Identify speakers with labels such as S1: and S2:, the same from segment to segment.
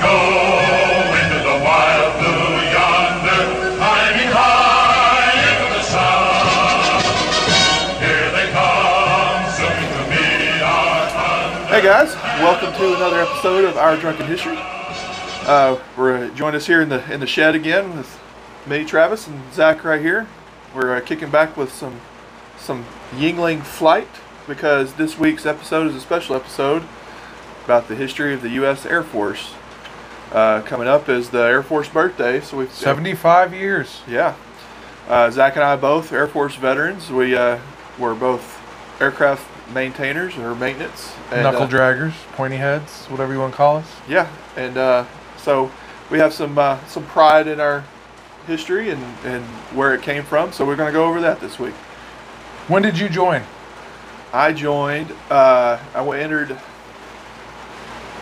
S1: home into the wild blue yonder, climbing high into the sun. Here they come, soon to meet our thunder.
S2: Hey guys, welcome to another episode of Our Drunken History. Uh, we're uh, joined us here in the in the shed again with me, Travis, and Zach right here. We're uh, kicking back with some some Yingling flight because this week's episode is a special episode about the history of the U.S. Air Force. Uh, coming up is the Air Force birthday, so we've
S3: 75 years.
S2: Yeah. Uh, Zach and I both Air Force veterans. We uh, were both aircraft maintainers or maintenance. And,
S3: Knuckle
S2: uh,
S3: draggers, pointy heads, whatever you want to call us.
S2: Yeah, and uh, so we have some uh, some pride in our history and, and where it came from. So we're going to go over that this week.
S3: When did you join?
S2: I joined. Uh, I wa- entered.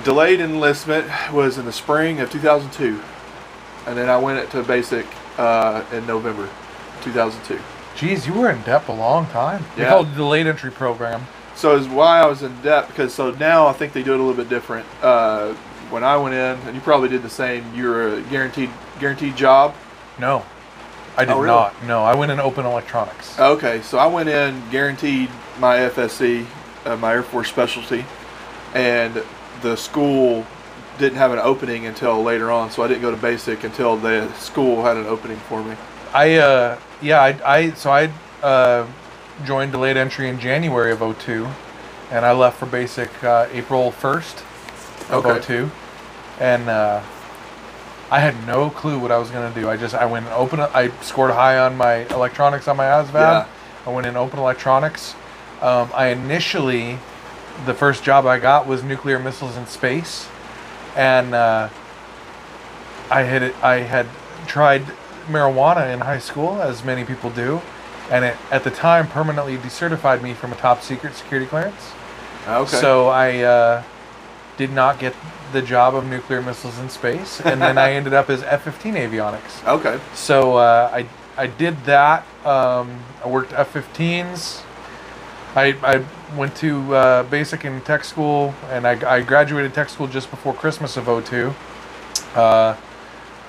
S2: Delayed enlistment was in the spring of 2002, and then I went to basic uh, in November 2002.
S3: Jeez, you were in depth a long time. We
S2: Yeah.
S3: called it the late entry program.
S2: So is why I was in debt because so now I think they do it a little bit different. Uh, when I went in, and you probably did the same. You were a guaranteed guaranteed job.
S3: No, I did
S2: Oh, really? Uh,
S3: not. No, I went in open electronics.
S2: Okay, so I went in guaranteed my FSC, uh, my Air Force specialty, and the school didn't have an opening until later on. So I didn't go to basic until the school had an opening for me.
S3: I, uh, yeah, I, I so I uh, joined delayed entry in January of 02, and I left for basic uh, April 1st of
S2: Okay.
S3: 02, and uh, I had no clue what I was gonna do. I just I went in open. I scored high on my electronics on my ASVAB.
S2: Yeah.
S3: I went in open electronics. Um, I initially, the first job I got was nuclear missiles in space, and uh, I had it. I had tried marijuana in high school, as many people do, and it at the time permanently decertified me from a top secret security clearance.
S2: Okay.
S3: So I uh, did not get the job of nuclear missiles in space, and then I ended up as F-15 avionics.
S2: okay.
S3: So uh, I I did that. Um, I worked F-15s. I, I went to uh, basic and tech school, and I, I graduated tech school just before Christmas of 02. Uh,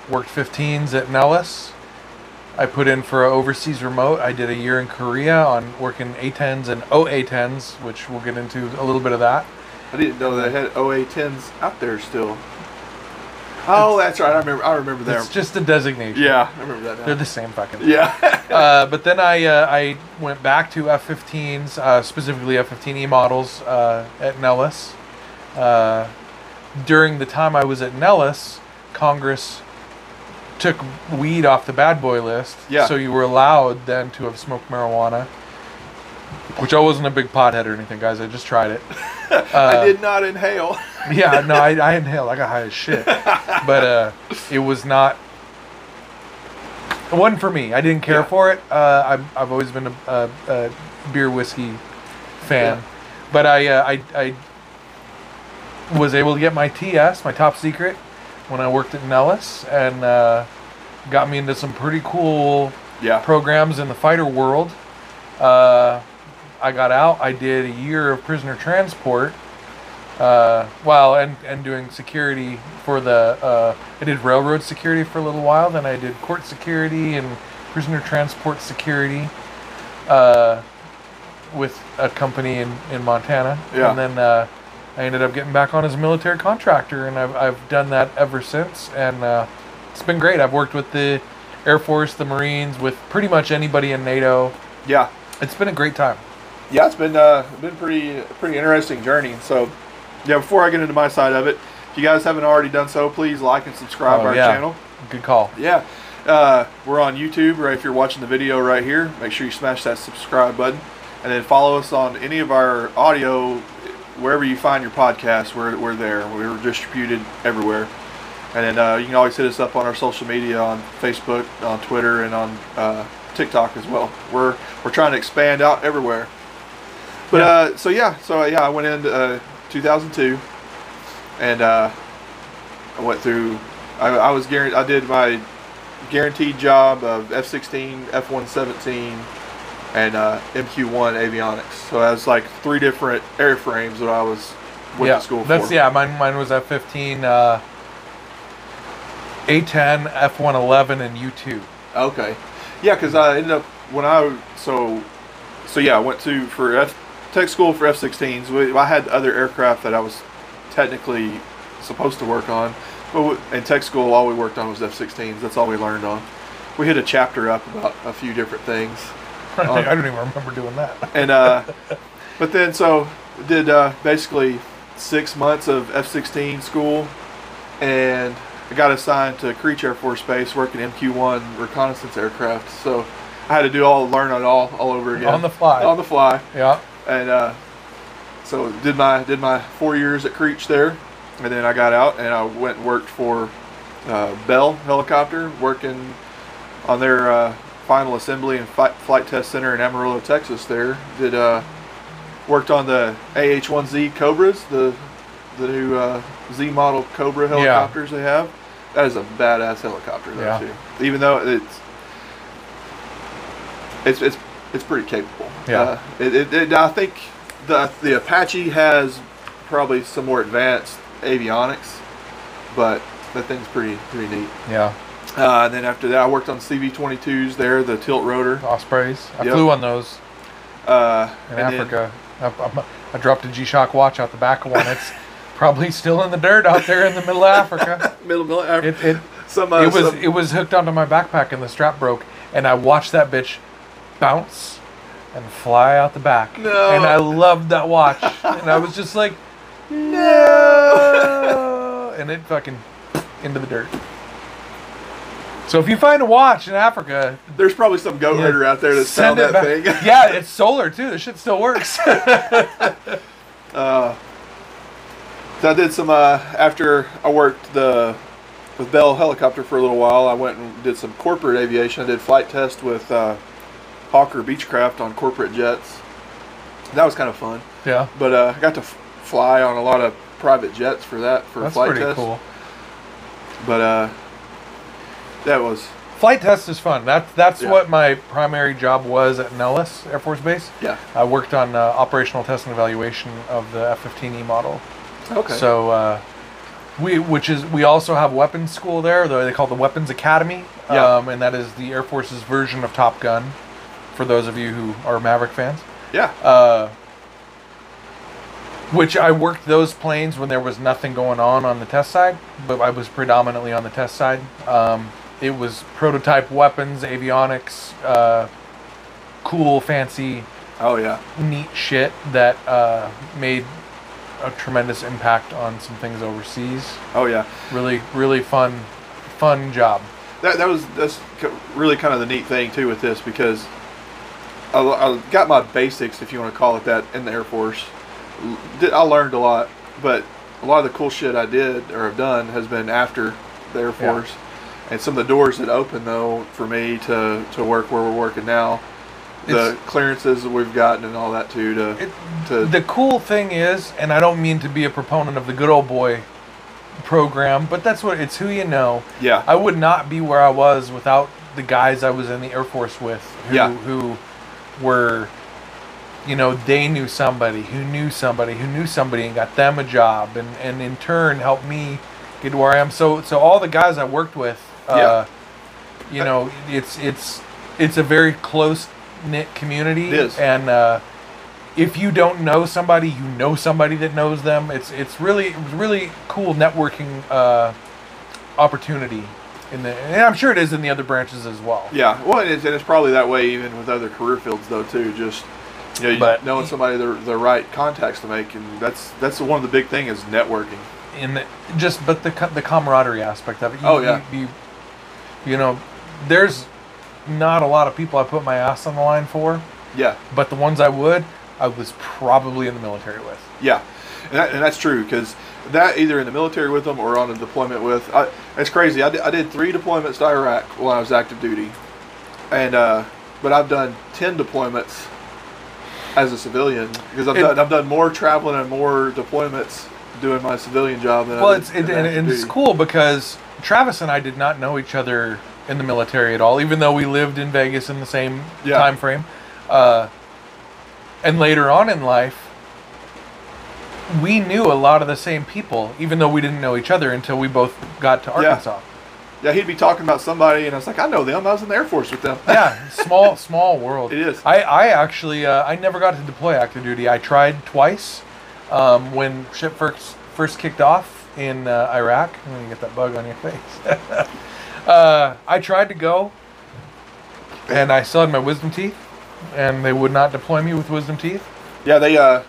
S3: worked 15s at Nellis. I put in for an overseas remote. I did a year in Korea on working A10s and OA10s, which we'll get into a little bit of that.
S2: I didn't know they had OA10s out there still. Oh, that's right. I remember. I remember
S3: It's
S2: that.
S3: just a designation.
S2: Yeah, I remember that.
S3: They're
S2: Now.
S3: the same fucking
S2: Yeah.
S3: uh, but then I uh, I went back to F15s, uh, specifically F15E models uh, at Nellis. Uh, during the time I was at Nellis, Congress took weed off the bad boy list,
S2: Yeah.
S3: so you were allowed then to have smoked marijuana. Which I wasn't a big pothead or anything, guys. I just tried it. Uh,
S2: I did not inhale.
S3: Yeah, no, I, I inhaled. I got high as shit. But uh, it was not. It wasn't for me. I didn't care
S2: Yeah.
S3: for it. Uh, I've, I've always been a, a, a beer whiskey fan.
S2: Yeah.
S3: But I, uh, I, I was able to get my TS, my top secret, when I worked at Nellis, and uh, got me into some pretty cool
S2: Yeah.
S3: programs in the fighter world. Uh, I got out. I did a year of prisoner transport. Uh, well, and, and doing security for the uh, I did railroad security for a little while. Then I did court security and prisoner transport security uh, with a company in, in Montana.
S2: Yeah.
S3: And then uh, I ended up getting back on as a military contractor, and I've, I've done that ever since. And uh, it's been great. I've worked with the Air Force, the Marines, with pretty much anybody in NATO.
S2: Yeah.
S3: It's been a great time.
S2: yeah, it's been uh, been pretty pretty interesting journey. So, yeah, before I get into my side of it, if you guys haven't already done so, please like and subscribe
S3: Oh,
S2: to our
S3: yeah.
S2: channel.
S3: Good call.
S2: Yeah, uh, we're on YouTube. Right, if you're watching the video right here, make sure you smash that subscribe button, and then follow us on any of our audio wherever you find your podcast. We're we're there. We're distributed everywhere. And then uh, you can always hit us up on our social media on Facebook, on Twitter, and on uh, TikTok as well. We're we're trying to expand out everywhere. But
S3: Yeah.
S2: uh, so yeah, so uh, yeah, I went in uh, 2002, and uh, I went through. I, I was guaranteed. I did my guaranteed job of F-16, F-117, and uh, MQ-1 avionics. So that was like three different airframes that I was went
S3: yeah,
S2: to school
S3: that's
S2: for.
S3: yeah. Mine, mine was at 15. Uh, A10, F111, and U2.
S2: Okay. Yeah, because I ended up when I so so yeah, I went to for F tech school for F-16s. We, I had other aircraft that I was technically supposed to work on, but w- in tech school, all we worked on was F-16s. That's all we learned on. We hit a chapter up about a few different things, Oh. Um,
S3: I don't even remember doing that.
S2: and uh, but then so did uh, basically six months of F-16 school, and I got assigned to Creech Air Force Base working MQ-1 reconnaissance aircraft. So I had to do all learn it all all over again
S3: On the fly.
S2: On the fly,
S3: Yeah.
S2: and uh, so did my did my four years at Creech there, and then I got out and I went and worked for uh, Bell Helicopter, working on their uh, final assembly and fi- flight test center in Amarillo, Texas. There did uh, worked on the AH-1Z Cobras, the the new uh, Z model Cobra helicopters they have. That is a badass helicopter, though,
S3: Yeah.
S2: too. Even though it's it's it's it's pretty capable.
S3: Yeah.
S2: Uh, it, it, it- I think the the Apache has probably some more advanced avionics, but that thing's pretty pretty neat.
S3: Yeah.
S2: Uh, and then after that, I worked on CV22s there, the tilt rotor.
S3: Ospreys. I
S2: Yep.
S3: flew on those
S2: Uh,
S3: in
S2: and then-
S3: Africa. I, I, I dropped a G-Shock watch out the back of one. It's probably still in the dirt out there in the middle of Africa.
S2: middle middle Africa.
S3: It, it,
S2: some, uh,
S3: it was
S2: some-
S3: it was hooked onto my backpack and the strap broke and I watched that bitch bounce and fly out the back.
S2: No.
S3: And I loved that watch. and I was just like, no. and it fucking into the dirt. So if you find a watch in Africa,
S2: there's probably some goat
S3: Yeah.
S2: herder out there that sell
S3: send it
S2: that
S3: back.
S2: thing.
S3: yeah, it's solar too. This shit still works.
S2: Uh, so I did some uh, after I worked the with Bell Helicopter for a little while. I went and did some corporate aviation. I did flight test with uh, Hawker Beechcraft on corporate jets. That was kind of fun.
S3: yeah.
S2: But uh, I got to f- fly on a lot of private jets for that for
S3: That's
S2: flight
S3: pretty
S2: test.
S3: cool.
S2: But uh, that was
S3: Flight test is fun. That's that's
S2: Yeah.
S3: what my primary job was at Nellis Air Force Base.
S2: yeah
S3: I worked on uh, operational test and evaluation of the F-15E model.
S2: okay.
S3: So uh, we, which is we also have weapons school there, though they call it the Weapons Academy,
S2: Yeah.
S3: um, and that is the Air Force's version of Top Gun. For those of you who are Maverick fans,
S2: yeah
S3: uh, which I worked those planes when there was nothing going on on the test side, but I was predominantly on the test side. Um, it was prototype weapons, avionics, uh, cool, fancy
S2: oh yeah
S3: neat shit that uh, made a tremendous impact on some things overseas.
S2: oh yeah.
S3: Really, really fun, fun job.
S2: that, that was that's ki- really kind of the neat thing too with this because I, I got my basics if you want to call it that in the air force L- did- i learned a lot but a lot of the cool shit i did or have done has been after the air
S3: Yeah.
S2: force and some of the doors that opened though for me to to work where we're working now the
S3: It's-
S2: clearances that we've gotten and all that too to
S3: It,
S2: to
S3: the cool thing is, and I don't mean to be a proponent of the good old boy program, but that's what it's who you know.
S2: yeah
S3: I would not be where I was without the guys I was in the Air Force with who,
S2: Yeah.
S3: who were, you know, they knew somebody who knew somebody who knew somebody and got them a job and, and in turn helped me get to where I am. So, so all the guys I worked with, uh, you know, it's, it's, it's a very close knit community
S2: It is.
S3: and, uh, if you don't know somebody, you know somebody that knows them. It's it's really it was really cool networking uh, opportunity in the and I'm sure it is in the other branches as well.
S2: Yeah, well, and it's, and it's probably that way even with other career fields though too. Just you know, you-
S3: But-
S2: knowing somebody the, the right contacts to make, and that's that's one of the big thing is networking.
S3: In the, just but the co- the camaraderie aspect of it. You,
S2: Oh, yeah.
S3: You, you, you know, there's not a lot of people I put my ass on the line for,
S2: Yeah,
S3: but the ones I would, I was probably in the military with.
S2: yeah, and, that, and that's true because that either in the military with them or on a deployment with. I, it's crazy. I did, I did three deployments to Iraq while I was active duty, and uh, but I've done ten deployments as a civilian because I've
S3: It-
S2: done I've done more traveling and more deployments doing my civilian job than
S3: Well,
S2: I did
S3: it's it,
S2: in
S3: and,
S2: active
S3: and it's
S2: duty.
S3: cool because Travis and I did not know each other in the military at all, even though we lived in Vegas in the same
S2: Yeah.
S3: time frame. Uh, and later on in life, we knew a lot of the same people, even though we didn't know each other until we both got to
S2: Yeah.
S3: Arkansas.
S2: Yeah, he'd be talking about somebody, and I was like, I know them. I was in the Air Force with them.
S3: yeah, small small world.
S2: It is.
S3: I I actually uh, I never got to deploy active duty. I tried twice um, when ship first first kicked off in uh, Iraq. I'm gonna get that bug on your face. uh, I tried to go, and I still had my wisdom teeth, and they would not deploy me with wisdom teeth.
S2: Yeah, they uh,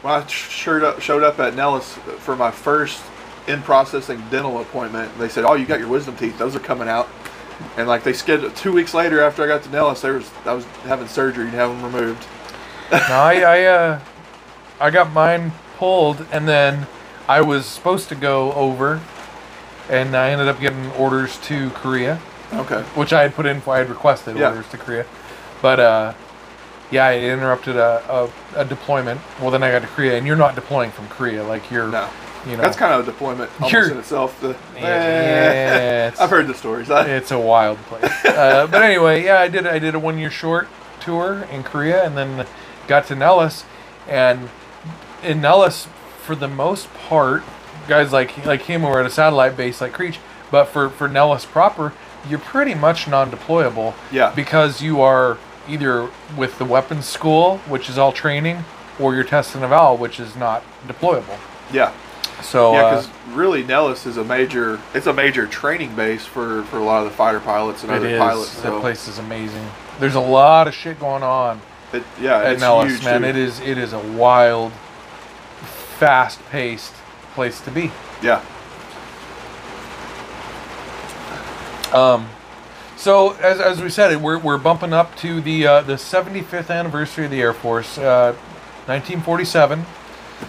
S2: when I sh- showed up, showed up at Nellis for my first in processing dental appointment, they said, "Oh, you got your wisdom teeth; those are coming out." And like they scheduled two weeks later after I got to Nellis, there was I was having surgery to have them removed.
S3: no, I I, uh, I got mine pulled, and then I was supposed to go over, and I ended up getting orders to Korea.
S2: Okay.
S3: which I had put in for. I had requested
S2: Yeah.
S3: orders to Korea, but uh, yeah, I interrupted a, a, a deployment. Well, then I got to Korea, and you're not deploying from Korea, like you're,
S2: No.
S3: you know,
S2: That's kind of a deployment almost
S3: You're-
S2: in itself. The, eh,
S3: yeah, yeah, it's,
S2: I've heard the stories. I,
S3: it's a wild place. uh, but anyway, yeah, I did I did a one year short tour in Korea, and then got to Nellis, and in Nellis, for the most part, guys like like him were at a satellite base like Creech, but for for Nellis proper, you're pretty much non-deployable.
S2: Yeah.
S3: Because you are either with the weapons school, which is all training, or you're testing a vowel, which is not deployable.
S2: yeah.
S3: So
S2: Yeah,
S3: uh,
S2: because really Nellis is a major. It's a major training base for for a lot of the fighter pilots and
S3: it
S2: other
S3: is.
S2: pilots.
S3: That
S2: So
S3: place is amazing. There's a lot of shit going on.
S2: it, yeah,
S3: at
S2: it's
S3: Nellis,
S2: huge.
S3: man.
S2: too.
S3: It is it is a wild, fast-paced place to be.
S2: Yeah.
S3: Um, so as, as we said, we're, we're bumping up to the uh, the 75th anniversary of the Air Force, uh, 1947,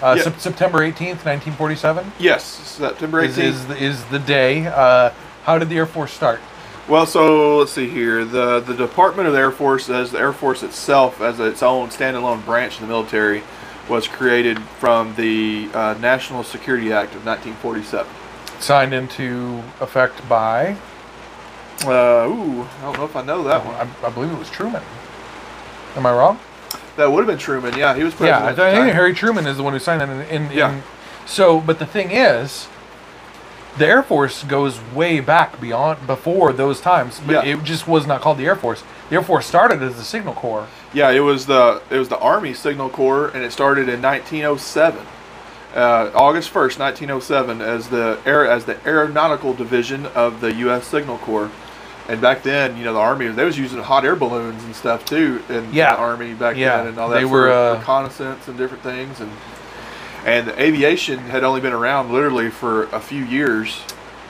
S3: uh,
S2: Yeah.
S3: Sep- September 18th, 1947
S2: Yes, September 18th.
S3: is is the, is the day. Uh, how did the Air Force start?
S2: Well, so let's see here. The the Department of the Air Force, as the Air Force itself, as its own standalone branch of the military, was created from the uh, National Security Act of 1947.
S3: Signed into effect by
S2: Uh, ooh, I don't know if I know that one.
S3: I, I believe it was Truman. Am I wrong?
S2: That would have been Truman. Yeah, he was
S3: Yeah, I
S2: president.
S3: think
S2: at the time.
S3: Harry Truman is the one who signed that. In, in,
S2: Yeah.
S3: in- so, but the thing is, the Air Force goes way back beyond before those times. But
S2: Yeah.
S3: it just was not called the Air Force. The Air Force started as the Signal Corps.
S2: Yeah, it was the it was the Army Signal Corps, and it started in 1907, uh, August 1st, 1907, as the air as the Aeronautical Division of the U.S. Signal Corps. And back then, you know, the Army they was using hot air balloons and stuff too in
S3: Yeah.
S2: the Army back
S3: Yeah.
S2: then, and all that
S3: They
S2: for
S3: were, uh,
S2: reconnaissance and different things, and and aviation had only been around literally for a few years.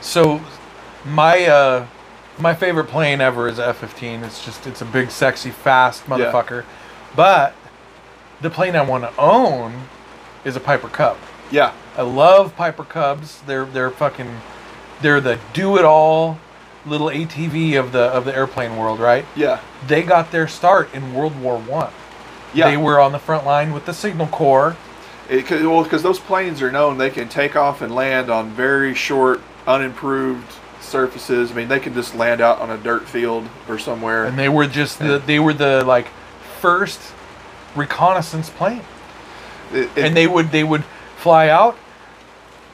S3: So, my uh, my favorite plane ever is F fifteen. It's just it's a big, sexy, fast motherfucker. But the plane I want to own is a Piper Cub.
S2: Yeah,
S3: I love Piper Cubs. They're they're fucking they're the do it all little ATV of the of the airplane world, right?
S2: yeah,
S3: They got their start in World War One.
S2: yeah.
S3: They were on the front line with the Signal Corps.
S2: It, cause, well, because those planes are known, they can take off and land on very short, unimproved surfaces. I mean, they can just land out on a dirt field or somewhere.
S3: And they were just the they were the like first reconnaissance plane.
S2: It- it-
S3: And they would they would fly out,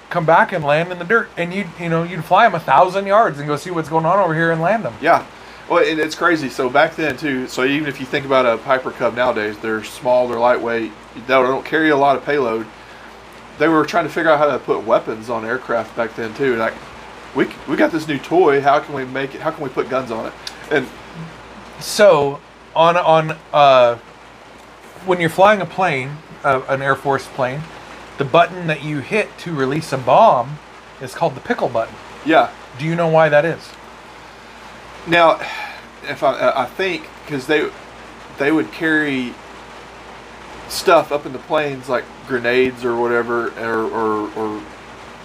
S3: come back and land in the dirt. And you you know, you'd fly them a thousand yards and go see what's going on over here and land them.
S2: yeah, well, it, it's crazy. So back then too. So even if you think about a Piper Cub nowadays, they're small, they're lightweight, they don't carry a lot of payload. They were trying to figure out how to put weapons on aircraft back then too. Like, we c- we got this new toy. How can we make it? How can we put guns on it? And
S3: So, on on uh, when you're flying a plane, uh, an Air Force plane, the button that you hit to release a bomb is called the pickle button.
S2: yeah,
S3: Do you know why that is?
S2: Now, if I, I think because they they would carry stuff up in the planes like grenades or whatever, or or, or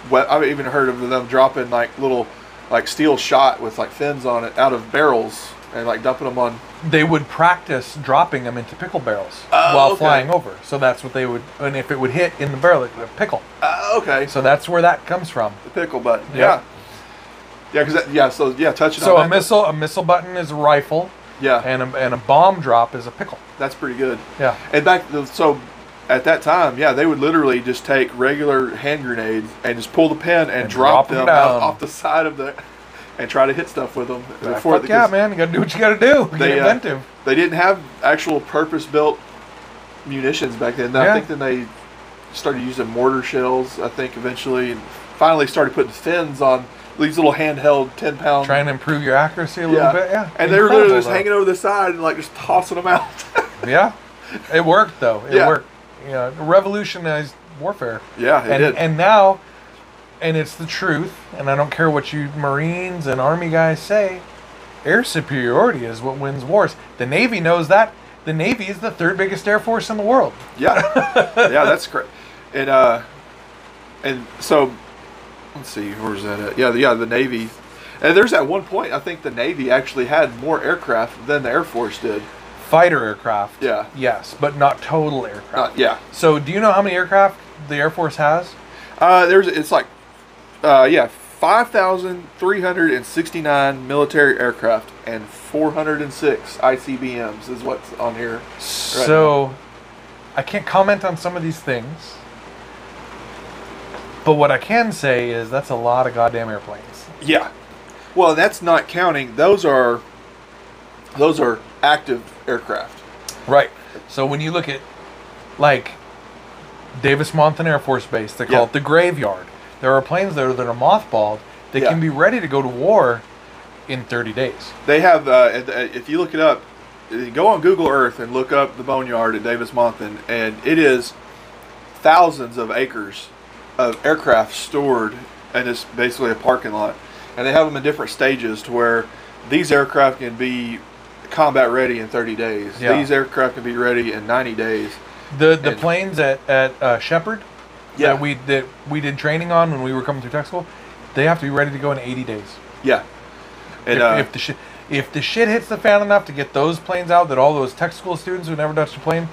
S2: what I've even heard of them dropping like little like steel shot with like fins on it out of barrels and like dumping them on.
S3: They would practice dropping them into pickle barrels
S2: Oh,
S3: while
S2: okay.
S3: flying over. So that's what they would, and if it would hit in the barrel, it would pickle.
S2: Uh, okay, so
S3: So that's where that comes from.
S2: the pickle button.
S3: Yeah.
S2: Yeah. Yeah, because yeah, so yeah, touching
S3: So
S2: on
S3: a
S2: that,
S3: missile, a missile button is a rifle,
S2: Yeah,
S3: and a, and a bomb drop is a pickle.
S2: that's pretty good.
S3: Yeah.
S2: And back so at that time, yeah, they would literally just take regular hand grenades and just pull the pin and,
S3: And
S2: drop,
S3: drop 'em
S2: them
S3: down.
S2: out off the side of the. and try to hit stuff with them.
S3: Ah,
S2: Before-
S3: fuck yeah,
S2: because
S3: man! You gotta do what you gotta do. Get
S2: They, uh,
S3: inventive.
S2: They didn't have actual purpose-built munitions back then.
S3: Yeah.
S2: I think then they started using mortar shells. I think eventually, and finally started putting fins on these little handheld ten-pound.
S3: Trying to improve your accuracy a little
S2: Yeah.
S3: bit. Yeah.
S2: and they were literally
S3: Incredible,
S2: just
S3: though.
S2: hanging over the side and like just tossing them out.
S3: Yeah, it worked though. It
S2: Yeah.
S3: worked. You know, it revolutionized warfare.
S2: yeah, it
S3: and
S2: did.
S3: and now, and it's the truth. And I don't care what you Marines and Army guys say. Air superiority is what wins wars. The Navy knows that. The Navy is the third biggest air force in the world.
S2: Yeah, yeah, that's great. And uh, and so let's see, where's that at? Yeah, the- yeah, the Navy. And there's at one point I think the Navy actually had more aircraft than the Air Force did.
S3: Fighter aircraft.
S2: Yeah.
S3: Yes, but not total aircraft.
S2: Uh, yeah,
S3: So, do you know how many aircraft the Air Force has?
S2: uh, there's it's like uh, yeah, five thousand three hundred and sixty nine military aircraft and four hundred and six ICBMs is what's on here.
S3: So, I can't comment on some of these things. But what I can say is that's a lot of goddamn airplanes.
S2: Yeah. Well, that's not counting. Those are those are active aircraft.
S3: Right. So when you look at, like, Davis Monthan Air Force Base, they call
S2: Yeah.
S3: it the graveyard. There are planes there that are mothballed that
S2: Yeah.
S3: can be ready to go to war in 30 days.
S2: They have, uh, at the- if you look it up, uh, go on Google Earth and look up the boneyard at Davis Monthan, and it is thousands of acres of aircraft stored, and it's basically a parking lot. And they have them in different stages to where these aircraft can be combat ready in 30 days.
S3: Yeah.
S2: These aircraft can be ready in 90 days.
S3: The the
S2: And-
S3: planes at at uh, Shepherd
S2: Yeah.
S3: that we that we did training on when we were coming through tech school, they have to be ready to go in 80 days.
S2: Yeah. And
S3: if,
S2: uh,
S3: if the shit if the shit hits the fan enough to get those planes out that all those tech school students who never touched a plane,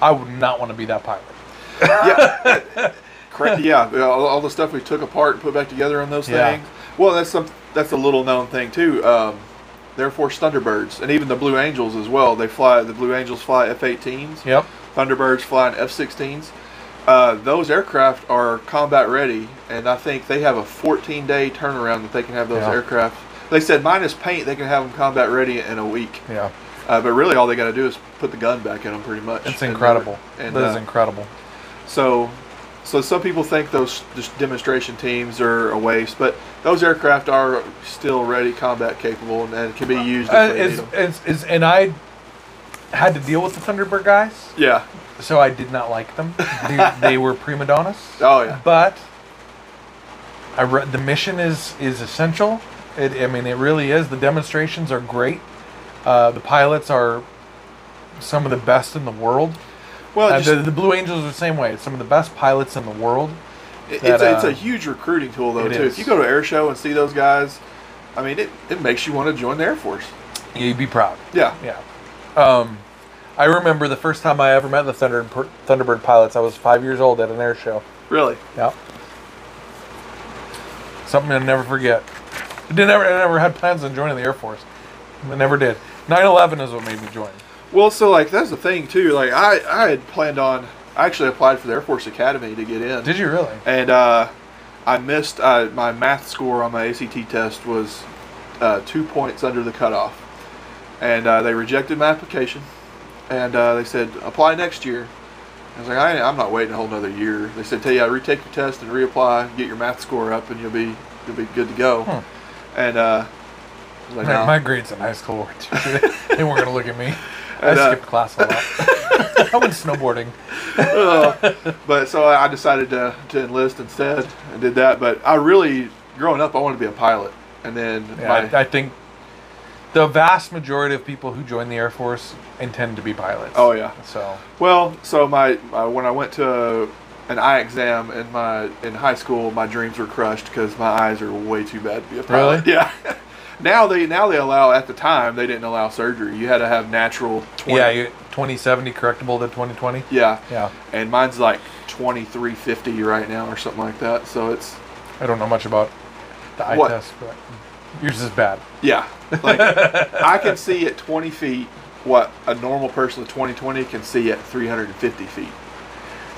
S3: I would not want to be that pilot.
S2: yeah, correct. Yeah, yeah, all, all the stuff we took apart and put back together on those
S3: Yeah.
S2: things. Well, that's some that's a little known thing too. Um, Air Force Thunderbirds and even the Blue Angels as well. They fly the Blue Angels fly F-18s.
S3: Yep.
S2: Thunderbirds fly an F-16s. Uh, those aircraft are combat ready, and I think they have a 14-day turnaround that they can have those
S3: Yeah.
S2: aircraft. They said minus paint, they can have them combat ready in a week.
S3: Yeah.
S2: Uh, but really, all they got to do is put the gun back in them, pretty much.
S3: It's
S2: And-
S3: incredible.
S2: and,
S3: that
S2: uh,
S3: is incredible.
S2: so, so some people think those just demonstration teams are a waste, but those aircraft are still ready, combat capable, and, and can be used. If
S3: Uh,
S2: they need
S3: is,
S2: 'em.
S3: is, is, and I had to deal with the Thunderbird guys,
S2: Yeah.
S3: so I did not like them. They, they were prima donnas.
S2: Oh, yeah.
S3: But I re- the mission is is essential. It, I mean, it really is. The demonstrations are great. Uh, the pilots are some of the best in the world.
S2: Well,
S3: Uh,
S2: Oh, just,
S3: the, the Blue Angels are the same way. It's some of the best pilots in the world.
S2: it-
S3: that,
S2: it's, a, it's
S3: uh,
S2: a huge recruiting tool, though.
S3: it
S2: Too.
S3: is.
S2: If you go to air show and see those guys, I mean, it, it makes you want to join the Air Force.
S3: You'd be proud.
S2: Yeah.
S3: Yeah. Um, I remember the first time I ever met the Thunder, Thunderbird pilots. I was five years old at an air show.
S2: Really.
S3: Yeah. Something I'll never forget. I did never, I never had plans on joining the Air Force. I never did. 9/11 is what made me join.
S2: Well, so like that's the thing too. Like I, I had planned on. I actually applied for the Air Force Academy to get in.
S3: Did you really?
S2: and uh, I missed uh, my math score on my ACT test was uh, two points under the cutoff, and uh, they rejected my application, and uh, they said apply next year. I was like, I, I'm not waiting a whole another year. They said, tell you, retake your test and reapply, get your math score up, and you'll be you'll be good to go.
S3: Hmm.
S2: And uh, I was like,
S3: Man,
S2: "No."
S3: My grades in high school were too good. They weren't gonna look at me. I
S2: And, uh,
S3: skipped class a lot. I went snowboarding.
S2: Ugh. but so I I decided to, to enlist instead and did that. But I really, growing up, I wanted to be a pilot. And then
S3: Yeah,
S2: my,
S3: I, I think the vast majority of people who join the Air Force intend to be pilots.
S2: Oh, yeah.
S3: So
S2: Well, so my, my when I went to an eye exam in my in high school, my dreams were crushed because my eyes are way too bad to be a pilot.
S3: Really?
S2: Yeah. now they now they allow at the time they didn't allow surgery. You had to have natural. 20,
S3: yeah, you, 2070 correctable to 2020.
S2: yeah.
S3: Yeah.
S2: And mine's like twenty three fifty right now or something like that. So it's
S3: I don't know much about the eye
S2: What?
S3: test, but yours is bad.
S2: yeah. Like I can see at twenty feet what a normal person with twenty twenty can see at three hundred and fifty feet.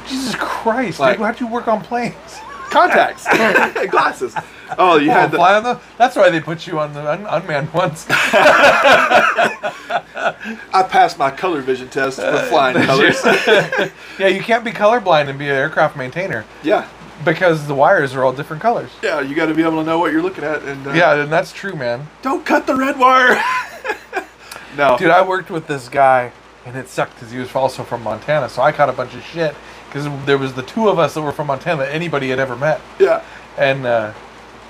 S3: Jesus Christ,
S2: Like-
S3: dude, how'd you work on planes?
S2: contacts, glasses. Oh, you
S3: Oh,
S2: had the,
S3: fly on the, that's why they put you on the un- unmanned ones.
S2: I passed my color vision test for
S3: Uh,
S2: flying colors.
S3: yeah, you can't be colorblind and be an aircraft maintainer
S2: yeah,
S3: because the wires are all different colors.
S2: yeah, you got to be able to know what you're looking at, and uh,
S3: Yeah, and that's true, man.
S2: don't cut the red wire. no,
S3: Dude, I worked with this guy, and it sucked because he was also from Montana. So I caught a bunch of shit because there was the two of us that were from Montana that anybody had ever met,
S2: yeah,
S3: and uh,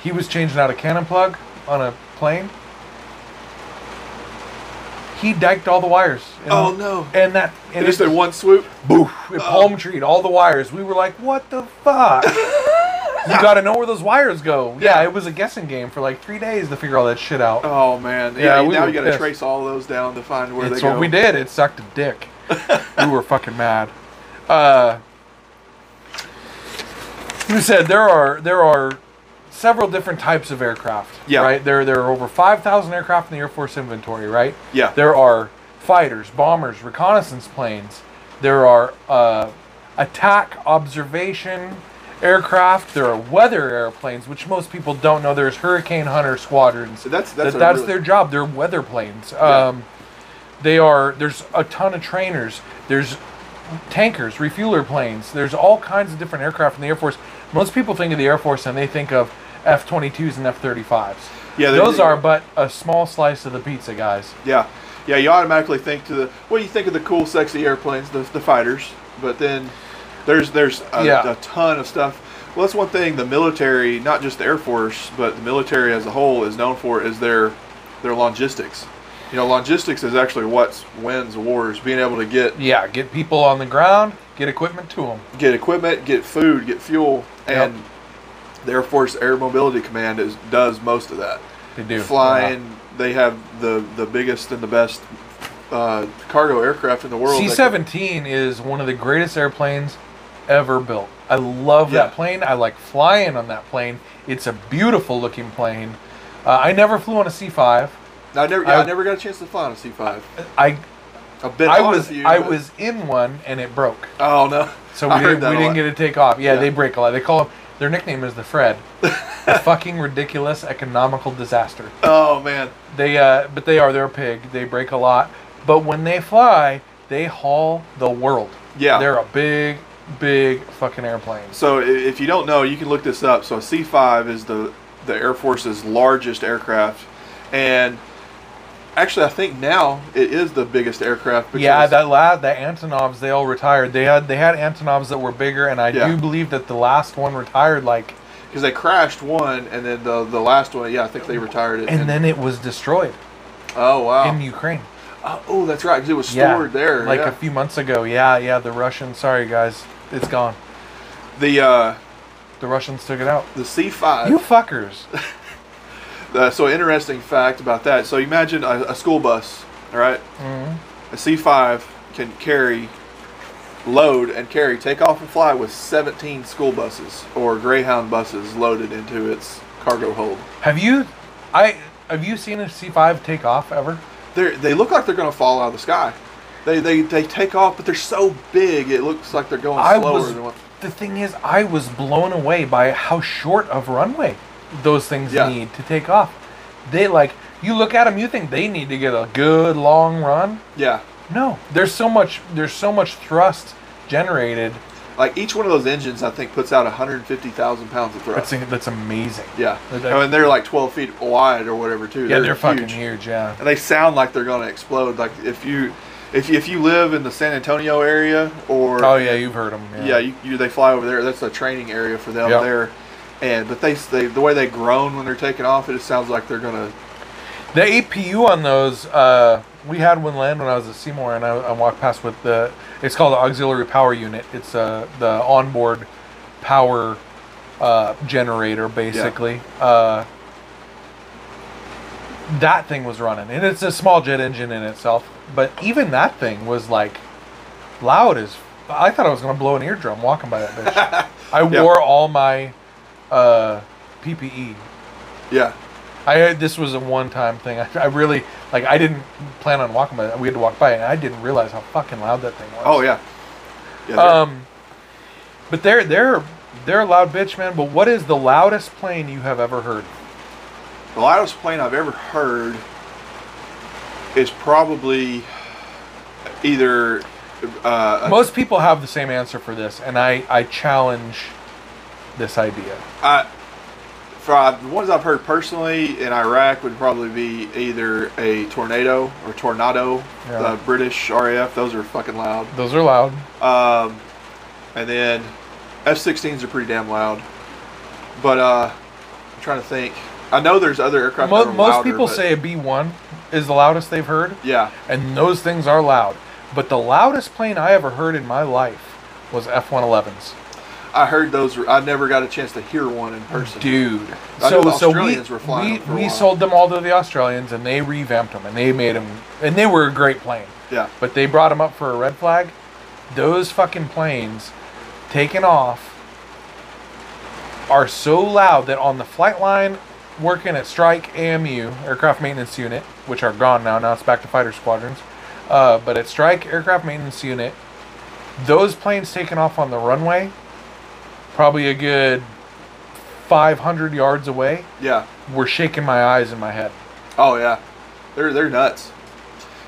S3: he was changing out a cannon plug on a plane. He diked all the wires. And,
S2: Oh, no.
S3: And that and
S2: and just
S3: it-
S2: in one swoop.
S3: boof, it palm treed all the wires. We were like, what the fuck? you got to know where those wires go. Yeah, it was a guessing game for like three days to figure all that shit out.
S2: Oh man,
S3: Yeah,
S2: yeah.
S3: we
S2: now
S3: were
S2: you got to
S3: pissed.
S2: trace all those down to find where
S3: That's
S2: they go.
S3: what we did. It sucked a dick. we were fucking mad. Uh, you said there are there are several different types of aircraft.
S2: Yeah.
S3: Right. There there are over five thousand aircraft in the Air Force inventory. Right.
S2: Yeah.
S3: There are fighters, bombers, reconnaissance planes. There are uh, attack observation aircraft. There are weather airplanes, which most people don't know. There's hurricane hunter squadrons.
S2: That's- that's
S3: that,
S2: a
S3: that's
S2: really-
S3: their job. They're weather planes.
S2: Yeah.
S3: Um, They are. There's a ton of trainers. There's tankers, refueler planes. There's all kinds of different aircraft in the Air Force. Most people think of the Air Force and they think of F-22s and F-35s.
S2: Yeah, they
S3: those
S2: do.
S3: are but a small slice of the pizza, guys.
S2: Yeah, yeah. You automatically think to the what do you think of the cool, sexy airplanes, the, the fighters, but then there's there's a,
S3: Yeah.
S2: a ton of stuff. Well, that's one thing the military, not just the Air Force, but the military as a whole is known for is their their logistics. You know, logistics is actually what wins wars. Being able to get
S3: Yeah, get people on the ground, get equipment to them.
S2: get equipment, get food, get fuel,
S3: Yep.
S2: and the Air Force Air Mobility Command is does most of that.
S3: They do
S2: Flying, they have the the biggest and the best uh, cargo aircraft in the world.
S3: C
S2: that can-
S3: seventeen is one of the greatest airplanes ever built. I love
S2: Yeah.
S3: that plane. I like flying on that plane. It's a beautiful looking plane. Uh, I never flew on a C five.
S2: I never,
S3: I-
S2: I, never got a chance to fly on a C five.
S3: I
S2: I've been
S3: I
S2: on a
S3: was
S2: few,
S3: I
S2: but-
S3: was in one and it broke.
S2: Oh no!
S3: So
S2: I
S3: we
S2: heard
S3: didn't,
S2: that
S3: we
S2: a
S3: didn't
S2: lot.
S3: get to take off. Yeah,
S2: Yeah.
S3: they break a lot. They call them. Their nickname is the Fred. a fucking ridiculous economical disaster.
S2: Oh man!
S3: They uh, but they are they're a pig. They break a lot. But when they fly, they haul the world.
S2: Yeah.
S3: They're a big, big fucking airplane.
S2: So i- if you don't know, you can look this up. So a C five is the the Air Force's largest aircraft, and actually, I think now it is the biggest aircraft. Because
S3: Yeah, that lad, the Antonovs, they all retired. They had they had Antonovs that were bigger, and I
S2: Yeah.
S3: do believe that the last one retired like,
S2: because they crashed one, and then the the last one. Yeah, I think they retired it.
S3: and then it was destroyed
S2: oh wow!
S3: in Ukraine.
S2: oh, oh, that's right, because it was
S3: Yeah,
S2: stored there.
S3: like
S2: yeah.
S3: a few months ago. Yeah, yeah, the Russians. Sorry guys, it's gone.
S2: the uh,
S3: The Russians took it out.
S2: the C five.
S3: You fuckers.
S2: Uh, so interesting fact about that. So imagine a, a school bus, all right?
S3: Mm-hmm.
S2: A C5 can carry, load and carry, take off and fly with 17 school buses or Greyhound buses loaded into its cargo hold.
S3: Have you, I have you seen a C five take off ever?
S2: They they look like they're going to fall out of the sky. They, they they take off, but they're so big it looks like they're going
S3: I
S2: slower
S3: was.
S2: than what.
S3: The thing is, I was blown away by how short of runway those things
S2: Yeah.
S3: need to take off. They like you look at them, you think they need to get a good long run.
S2: Yeah,
S3: No, there's so much. There's so much thrust generated.
S2: like each one of those engines, I think puts out 150,000 pounds of
S3: That's
S2: thrust.
S3: that's amazing.
S2: yeah,
S3: Like-
S2: and they're like 12 feet wide or whatever too.
S3: yeah, they're, fucking
S2: huge.
S3: huge. Yeah,
S2: and they sound like they're gonna explode. Like if you, if you, if you live in the San Antonio area or
S3: Oh yeah, you've heard them.
S2: yeah, you, you they fly over there. That's a training area for them
S3: Yeah.
S2: there. And but they, they the way they groan when they're taking off, it just sounds like they're gonna.
S3: The APU on those, uh, we had one land when I was at Seymour, and I, I walked past with the. It's called the auxiliary power unit. It's uh, the onboard power uh, generator, basically. Uh, that thing was running, and it's a small jet engine in itself. But even that thing was like loud as. I thought I was gonna blow an eardrum walking by that bitch. I
S2: Yeah.
S3: wore all my uh, PPE
S2: Yeah,
S3: I this was a one-time thing. I, I really like. I didn't plan on walking by. it. We had to walk by, it, and I didn't realize how fucking loud that thing was.
S2: oh yeah, yeah. they're-
S3: Um, but they're they're They're a loud bitch, man. But what is the loudest plane you have ever heard?
S2: The loudest plane I've ever heard is probably either uh,
S3: Most people have the same answer for this, and I, I challenge this idea.
S2: I, for the ones I've heard personally in Iraq would probably be either a tornado or tornado,
S3: Yeah.
S2: the British RAF. Those are fucking loud.
S3: Those are loud.
S2: Um, and then F-16s are pretty damn loud. But uh, I'm trying to think. I know there's other aircraft. that
S3: Mo-
S2: are
S3: most
S2: louder,
S3: people
S2: but-
S3: say a B one is the loudest they've heard,
S2: yeah.
S3: and those things are loud. But the loudest plane I ever heard in my life was F one elevens.
S2: I heard those. were- I never got a chance to hear one in person.
S3: Dude,
S2: I
S3: so
S2: know the
S3: so we
S2: Australians were flying
S3: we,
S2: them for a
S3: we
S2: while.
S3: sold them all to the Australians, and they revamped them, and they made them, and they were a great plane.
S2: Yeah.
S3: But they brought them up for a red flag. Those fucking planes taking off are so loud that on the flight line working at Strike AMU, Aircraft Maintenance Unit, which are gone now, now it's back to fighter squadrons, uh, but at Strike Aircraft Maintenance Unit, those planes taking off on the runway, probably a good 500 yards away,
S2: Yeah.
S3: were shaking my eyes in my head.
S2: Oh yeah, they're they're nuts.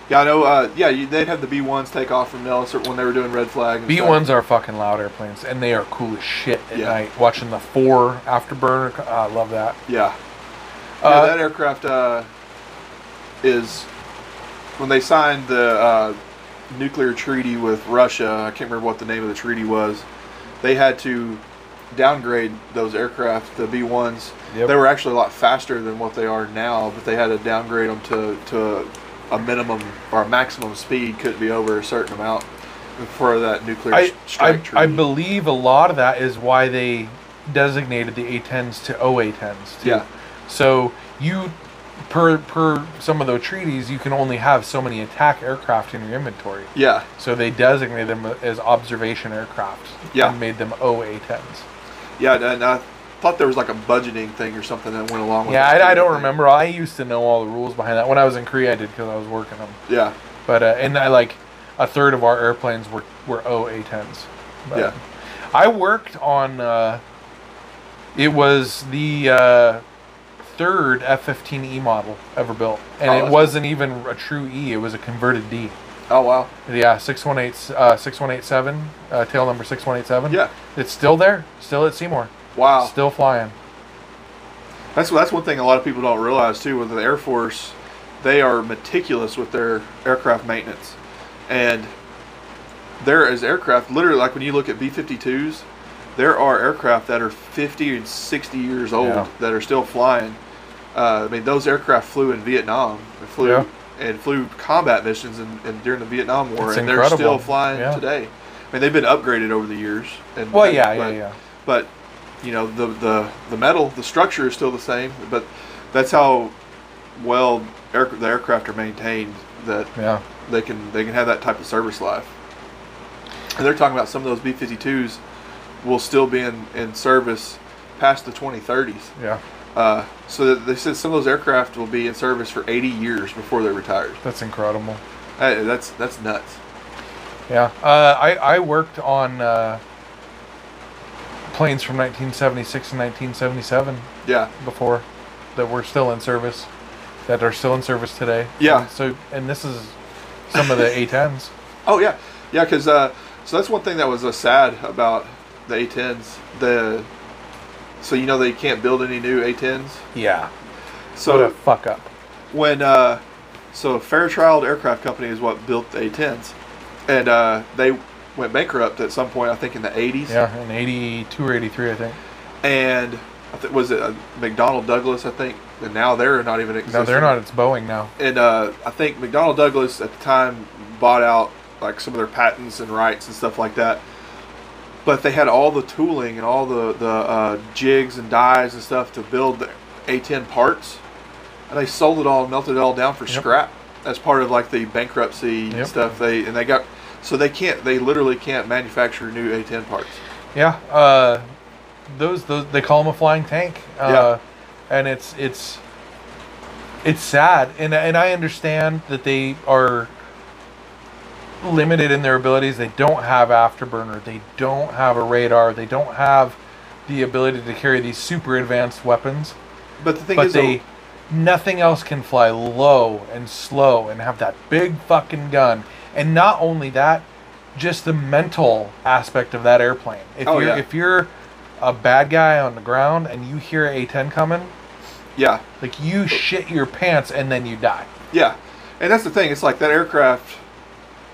S2: Yeah, I know. Uh, yeah, you, they'd have the B ones take off from Nellis or- when they were doing red flag. and
S3: B
S2: stuff.
S3: ones are fucking loud airplanes, and they are cool as shit at
S2: Yeah.
S3: night. Watching the four afterburner, co- I love that.
S2: Yeah. Yeah,
S3: Uh,
S2: that aircraft uh, is when they signed the uh, nuclear treaty with Russia. I can't remember what the name of the treaty was. They had to downgrade those aircraft, the B ones.
S3: Yep.
S2: They were actually a lot faster than what they are now, but they had to downgrade them to to a minimum or a maximum speed couldn't be over a certain amount for that nuclear
S3: I,
S2: strike
S3: I,
S2: treaty.
S3: I believe a lot of that is why they designated the A10s to OA10s. Too.
S2: Yeah.
S3: So you, per per some of those treaties, you can only have so many attack aircraft in your inventory.
S2: yeah,
S3: So they designated them as observation aircraft.
S2: Yeah.
S3: And made them OA10s.
S2: yeah, and I thought there was like a budgeting thing or something that went along with.
S3: Yeah,
S2: that
S3: I, I
S2: too,
S3: don't
S2: think.
S3: remember. I used to know all the rules behind that. When I was in Korea, I did because I was working them.
S2: Yeah.
S3: But uh, and I like a third of our airplanes were were OA10s. But
S2: Yeah.
S3: I worked on. Uh, it was the uh, third F-15E model ever built, and
S2: Oh,
S3: it
S2: that's-
S3: wasn't even a true E. It was a converted D.
S2: Oh wow.
S3: Yeah, six one eight uh, six one eight seven uh, tail number six one eight seven.
S2: Yeah.
S3: it's still there, still at Seymour,
S2: Wow.
S3: still flying.
S2: That's that's one thing a lot of people don't realize too. With the Air Force, they are meticulous with their aircraft maintenance, and there is aircraft literally like when you look at B-52s, there are aircraft that are 50 and 60 years old
S3: Yeah.
S2: that are still flying. Uh, I mean, those aircraft flew in Vietnam, and flew
S3: Yeah.
S2: and flew combat missions and, and during the Vietnam War,
S3: It's
S2: and they're
S3: incredible.
S2: still flying
S3: Yeah.
S2: today. I mean, they've been upgraded over the years. And
S3: Well, yeah, yeah,
S2: but-
S3: yeah.
S2: but you know the the the metal the structure is still the same but that's how well air, the aircraft are maintained that
S3: Yeah,
S2: they can they can have that type of service life and they're talking about some of those b-52s will still be in, in service past the 2030s
S3: yeah.
S2: uh, so that they said some of those aircraft will be in service for 80 years before they're retired
S3: That's incredible.
S2: Hey, that's that's nuts
S3: Yeah, uh, I I worked on uh, planes from 1976 and 1977
S2: yeah
S3: before that were still in service, that are still in service today.
S2: Yeah.
S3: And so and this is some of the A10s.
S2: Oh yeah, yeah. Because uh, so that's one thing that was uh, sad about the A10s. The so you know they can't build any new A10s.
S3: Yeah. What a
S2: So
S3: fuck up.
S2: when uh, so Fairchild Aircraft Company is what built the A10s, and uh, they went bankrupt at some point. I think in the 80s.
S3: Yeah, in 82 or 83, I think.
S2: And I think was it uh, McDonnell Douglas? I think. And now they're not even. Existing.
S3: No, they're not. It's Boeing now.
S2: and uh, I think McDonnell Douglas at the time bought out like some of their patents and rights and stuff like that. But they had all the tooling and all the the uh, jigs and dies and stuff to build the A10 parts, and they sold it all, melted it all down for
S3: Yep.
S2: scrap as part of like the bankruptcy
S3: Yep.
S2: and stuff. They and they got so they can't they literally can't manufacture new A10 parts.
S3: Yeah, uh, those those they call them a flying tank. Uh, and it's it's it's sad, and and I understand that they are limited in their abilities. They don't have afterburner. They don't have a radar. They don't have the ability to carry these super advanced weapons,
S2: But the thing
S3: but
S2: is, though,
S3: they nothing else can fly low and slow and have that big fucking gun. And not only that, just the mental aspect of that airplane. If
S2: Oh,
S3: you're
S2: yeah.
S3: if you're a bad guy on the ground and you hear a ten coming,
S2: yeah,
S3: like you shit your pants and then you die.
S2: yeah, and that's the thing. It's like that aircraft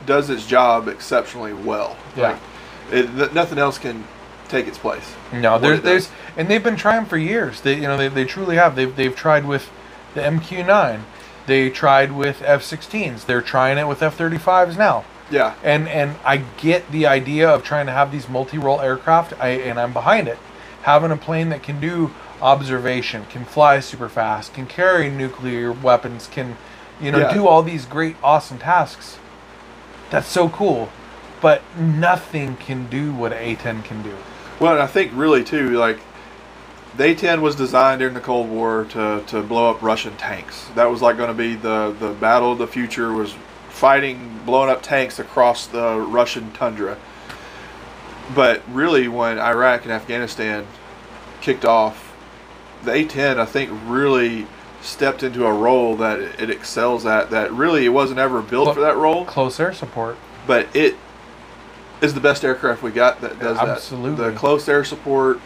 S2: does its job exceptionally well.
S3: Yeah.
S2: Like, it, th- nothing else can take its place.
S3: No,
S2: What
S3: there's,
S2: it does.
S3: there's, and they've been trying for years. They, you know, they, they truly have. They've, they've tried with the MQ-9. They tried with F-16s. They're trying it with F-35s now.
S2: Yeah,
S3: And and I get the idea of trying to have these multi-role aircraft. I and I'm behind it. Having a plane that can do observation, can fly super fast, can carry nuclear weapons, can, you know,
S2: Yeah.
S3: do all these great awesome tasks. That's so cool. But nothing can do what a A-10 can do.
S2: Well, and I think really too, like the A-10 was designed during the Cold War to, to blow up Russian tanks. That was like going to be the the battle of the future was fighting blowing up tanks across the Russian tundra. But really, when Iraq and Afghanistan kicked off, the A-10 I think really stepped into a role that it excels at. That really it wasn't ever built for that role,
S3: close air support.
S2: but it is the best aircraft we got that does that.
S3: Absolutely.
S2: The close air support,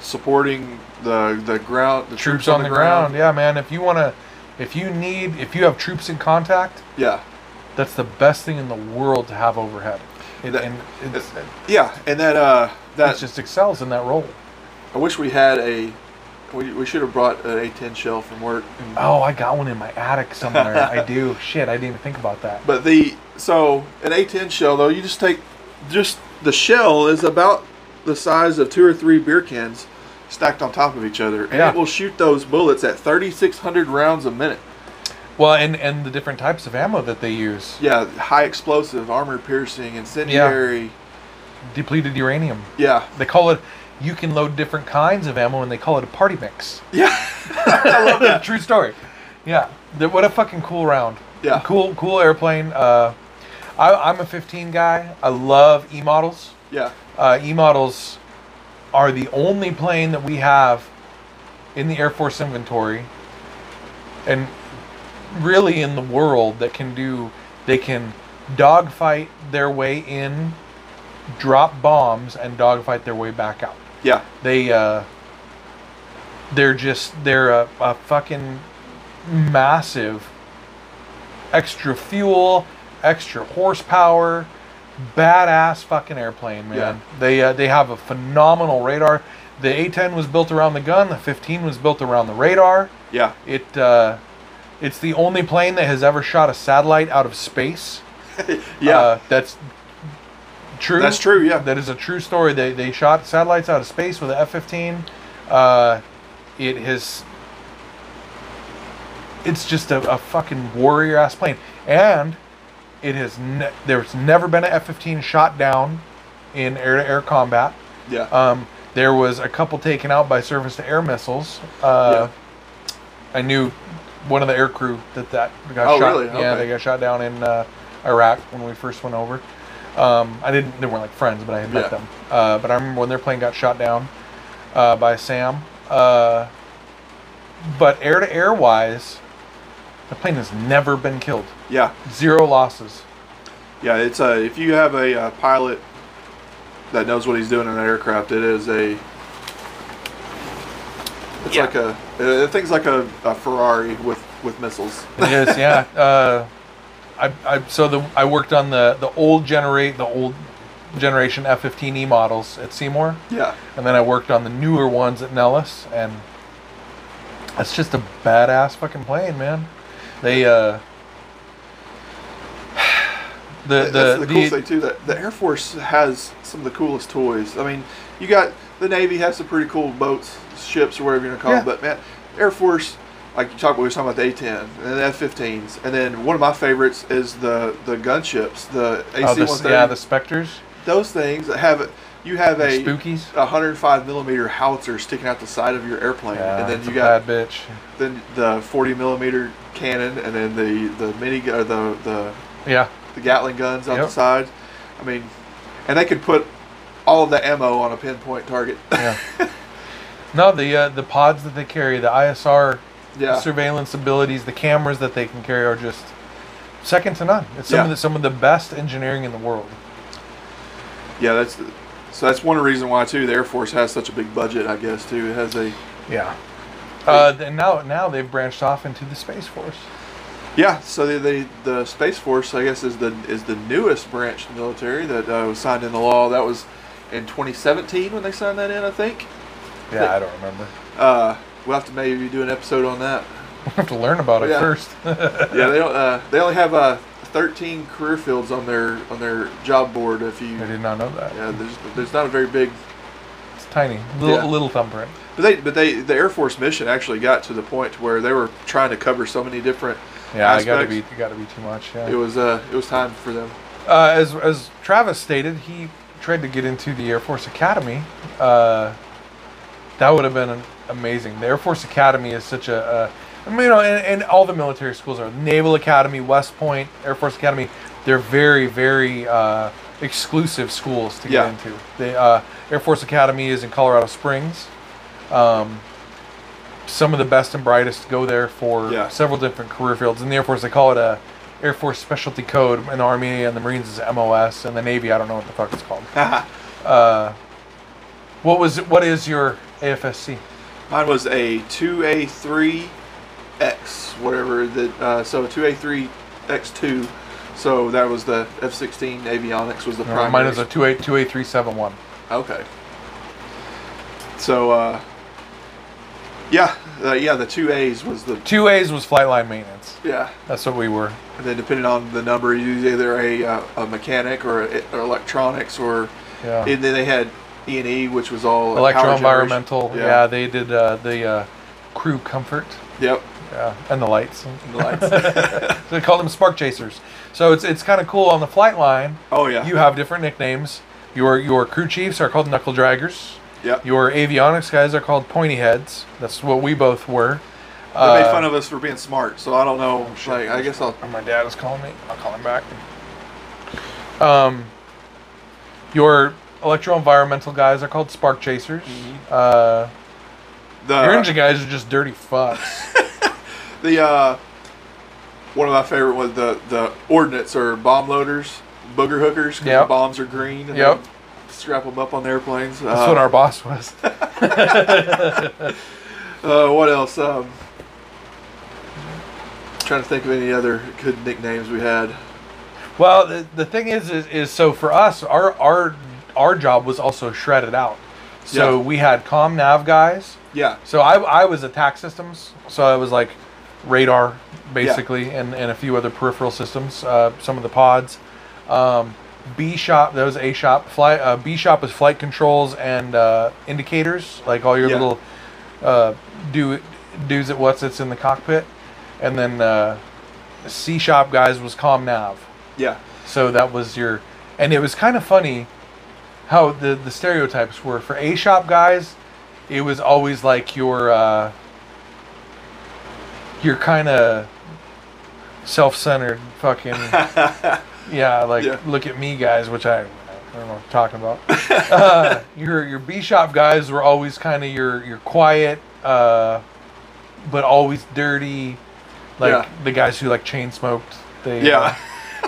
S2: supporting the the ground, the
S3: Troops, on, the ground. Yeah, man. If you want to, if you need, if you have troops in contact,
S2: Yeah.
S3: that's the best thing in the world to have overhead. It,
S2: That-
S3: and it's,
S2: it- yeah, and that uh
S3: it
S2: that
S3: just excels in that role.
S2: I wish we had a we, we should have brought an A10 shell from work.
S3: Oh, I got one in my attic somewhere. I do. Shit, I didn't even think about that.
S2: But the so an A10 shell though, you just take just the shell is about the size of two or three beer cans stacked on top of each other and
S3: Yeah.
S2: it will shoot those bullets at 3600 rounds a minute.
S3: Well, and and the different types of ammo that they use.
S2: Yeah, high explosive, armor piercing, incendiary.
S3: Depleted uranium.
S2: Yeah.
S3: They call it. You can load different kinds of ammo, and they call it a party mix.
S2: Yeah.
S3: True story. Yeah. Th- What a fucking cool round.
S2: Yeah.
S3: Cool, cool airplane. Uh, I, I'm a 15 guy. I love E models.
S2: Yeah.
S3: Uh, e models are the only plane that we have in the Air Force inventory, and really in the world that can do. They can dogfight their way in, drop bombs, and dogfight their way back out
S2: Yeah.
S3: they uh they're just they're a, a fucking massive extra fuel extra horsepower badass fucking airplane man
S2: Yeah.
S3: they uh, they have a phenomenal radar the a10 was built around the gun the 15 was built around the radar
S2: Yeah.
S3: it uh it's the only plane that has ever shot a satellite out of space
S2: Yeah.
S3: uh, that's true.
S2: That's true, yeah.
S3: That is a true story. They, they shot satellites out of space with an F 15. Uh, it has. It's just a, a fucking warrior ass plane. And it has. Ne- there's never been an F 15 shot down in air to air combat.
S2: yeah.
S3: Um, there was a couple taken out by surface to air missiles. Uh, I knew one of the air crew that that got
S2: Oh,
S3: shot.
S2: really?
S3: Yeah,
S2: Okay.
S3: they got shot down in uh, Iraq when we first went over. Um, I didn't. They weren't like friends, but I had
S2: Yeah.
S3: met them. Uh, but I remember when their plane got shot down uh, by Sam. Uh, but air to air wise, the plane has never been killed.
S2: yeah.
S3: Zero losses.
S2: Yeah. It's a if you have a, uh pilot that knows what he's doing in an aircraft, it is a. It's
S3: Yeah.
S2: like a uh, thing's like a, a Ferrari with with missiles.
S3: It is, yeah. Uh, I, I so the I worked on the the old generate the old generation F15E models at Seymour,
S2: yeah.
S3: and then I worked on the newer ones at Nellis, and that's just a badass fucking plane, man. They uh. The,
S2: Th-
S3: the,
S2: That's the cool thing too. That the Air Force has some of the coolest toys. I mean, you got the Navy has some pretty cool boats, ships, or whatever you're gonna call
S3: Yeah.
S2: them. But man, Air Force, like you talk, we were talking about the A-10 and the F-15s, and then one of my favorites is the the gunships, the
S3: oh, the-
S2: AC-130.
S3: yeah, the Spectres,
S2: Those things that have you have
S3: the
S2: a
S3: Spookies.
S2: 105 millimeter howitzer sticking out the side of your airplane,
S3: Yeah,
S2: and then
S3: it's
S2: you
S3: a
S2: got
S3: bad bitch.
S2: then the 40 millimeter cannon, and then the the mini gu- or the the
S3: Yeah,
S2: the Gatling guns on
S3: Yep.
S2: the side. I mean, and they could put all of the ammo on a pinpoint target.
S3: yeah. No, the uh, the pods that they carry, the ISR
S2: Yeah.
S3: surveillance abilities, the cameras that they can carry are just second to none. It's some
S2: Yeah.
S3: of the some of the best engineering in the world.
S2: Yeah, that's so that's one reason why too the Air Force has such a big budget, I guess too. It has a
S3: Yeah. Uh, th- and now now they've branched off into the space force.
S2: yeah. So they, they the Space Force, I guess, is the is the newest branch of the military that uh, was signed into law. That was in 2017 when they signed that in, I think.
S3: Yeah, I don't remember.
S2: Uh, we'll have to maybe do an episode on that.
S3: We have to learn about it
S2: Yeah.
S3: first.
S2: yeah, they don't. Uh, they only have uh, 13 career fields on their on their job board. If you
S3: I did not know that.
S2: yeah, there's there's not a very big
S3: It's tiny, little
S2: Yeah.
S3: little thumbprint.
S2: But they, but they, the Air Force mission actually got to the point where they were trying to cover so many different.
S3: Yeah, I gotta
S2: aspects.
S3: be gotta be too much. Yeah.
S2: It was, uh, it was time for them.
S3: Uh, as as Travis stated, he tried to get into the Air Force Academy. Uh, that would have been amazing. The Air Force Academy is such a, uh, I mean, you know, and, and all the military schools are Naval Academy, West Point, Air Force Academy. They're very very uh, exclusive schools to
S2: Yeah.
S3: get into. The uh, Air Force Academy is in Colorado Springs. Um, some of the best and brightest go there for
S2: Yeah.
S3: several different career fields. In the Air Force, they call it a Air Force Specialty Code. In the Army and the Marines is MOS, and the Navy, I don't know what the fuck it's called. uh, what was what is your AFSC?
S2: Mine was a 2A3X, whatever that. Uh, so a 2A3X2. So that was the F-16 avionics was the primary.
S3: Uh, Mine is a two eight two eight three seven one.
S2: Okay. So, uh, yeah, uh, yeah, the two A's was the
S3: Two A's was flight line maintenance.
S2: yeah.
S3: That's what we were.
S2: And then depending on the number, you was either a, uh, a mechanic or, a, or electronics or
S3: Yeah.
S2: And then they had E and E, which was all power
S3: Electro-environmental.
S2: generation.
S3: Yeah. they did uh, the uh, crew comfort.
S2: Yep.
S3: Yeah, and the lights.
S2: And the lights.
S3: they call them spark chasers. So it's it's kind of cool on the flight line.
S2: oh yeah.
S3: You have different nicknames. Your your crew chiefs are called knuckle draggers.
S2: Yep.
S3: Your avionics guys are called pointy heads. That's what we both were.
S2: they
S3: uh,
S2: made fun of us for being smart, so I don't
S3: Oh,
S2: know. like, I guess I'll.
S3: Or my dad is calling me. I'll call him back. Um, your electro-environmental guys are called spark chasers. Uh,
S2: The
S3: your engine guys are just dirty fucks.
S2: the uh, one of my favorite was the the ordnance or bomb loaders, booger hookers. 'cause
S3: Yep.
S2: The bombs are green. And
S3: Yep.
S2: they Strap them up on airplanes.
S3: That's
S2: uh,
S3: what our boss was.
S2: Uh, what else? Um, trying to think of any other good nicknames we had.
S3: Well, the, the thing is, is, is so for us, our our our job was also shredded out. So
S2: Yeah.
S3: we had com nav guys.
S2: Yeah.
S3: So I, I was attack systems. So I was like radar basically, and, and a few other peripheral systems. Uh, some of the pods. Um, B shop, that was A shop. Fly uh, B shop is flight controls and uh, indicators, like all your
S2: Yeah.
S3: little uh, do do's at what's it's in the cockpit, and then uh, C shop guys was com nav.
S2: Yeah.
S3: So that was your, and it was kind of funny how the the stereotypes were for A shop guys. It was always like your uh, your kind of self-centered fucking yeah, like
S2: Yeah.
S3: look at me guys, which I. I don't know what I'm talking about. uh, your your B shop guys were always kind of your your quiet, uh, but always dirty, like
S2: Yeah.
S3: the guys who like chain smoked. They uh,
S2: Yeah.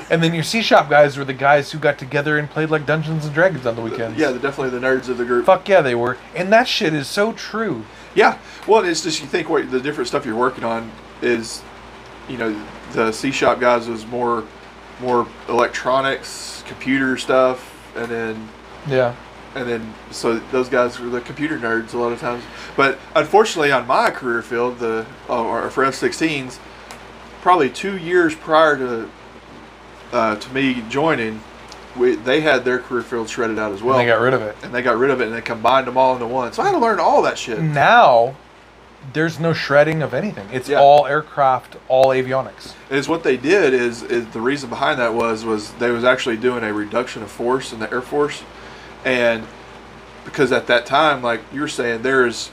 S3: and then your C shop guys were the guys who got together and played like Dungeons and Dragons on the weekends.
S2: Yeah, definitely the nerds of the group.
S3: Fuck yeah, they were. And that shit is so true.
S2: Yeah. Well, it's just you think what the different stuff you're working on is, you know, the C shop guys was more, more electronics, computer stuff, and then
S3: Yeah.
S2: and then so those guys were the computer nerds a lot of times. But unfortunately, on my career field, the uh, or for F-16s, probably two years prior to uh, to me joining, we, they had their career field shredded out as well.
S3: and they got rid of it.
S2: and they got rid of it and they combined them all into one. So I had to learn all that shit.
S3: Mm-hmm. Now, there's no shredding of anything. It's
S2: Yeah.
S3: all aircraft, all avionics.
S2: is what they did is, is the reason behind that was was they was actually doing a reduction of force in the air force and because at that time like you were saying there's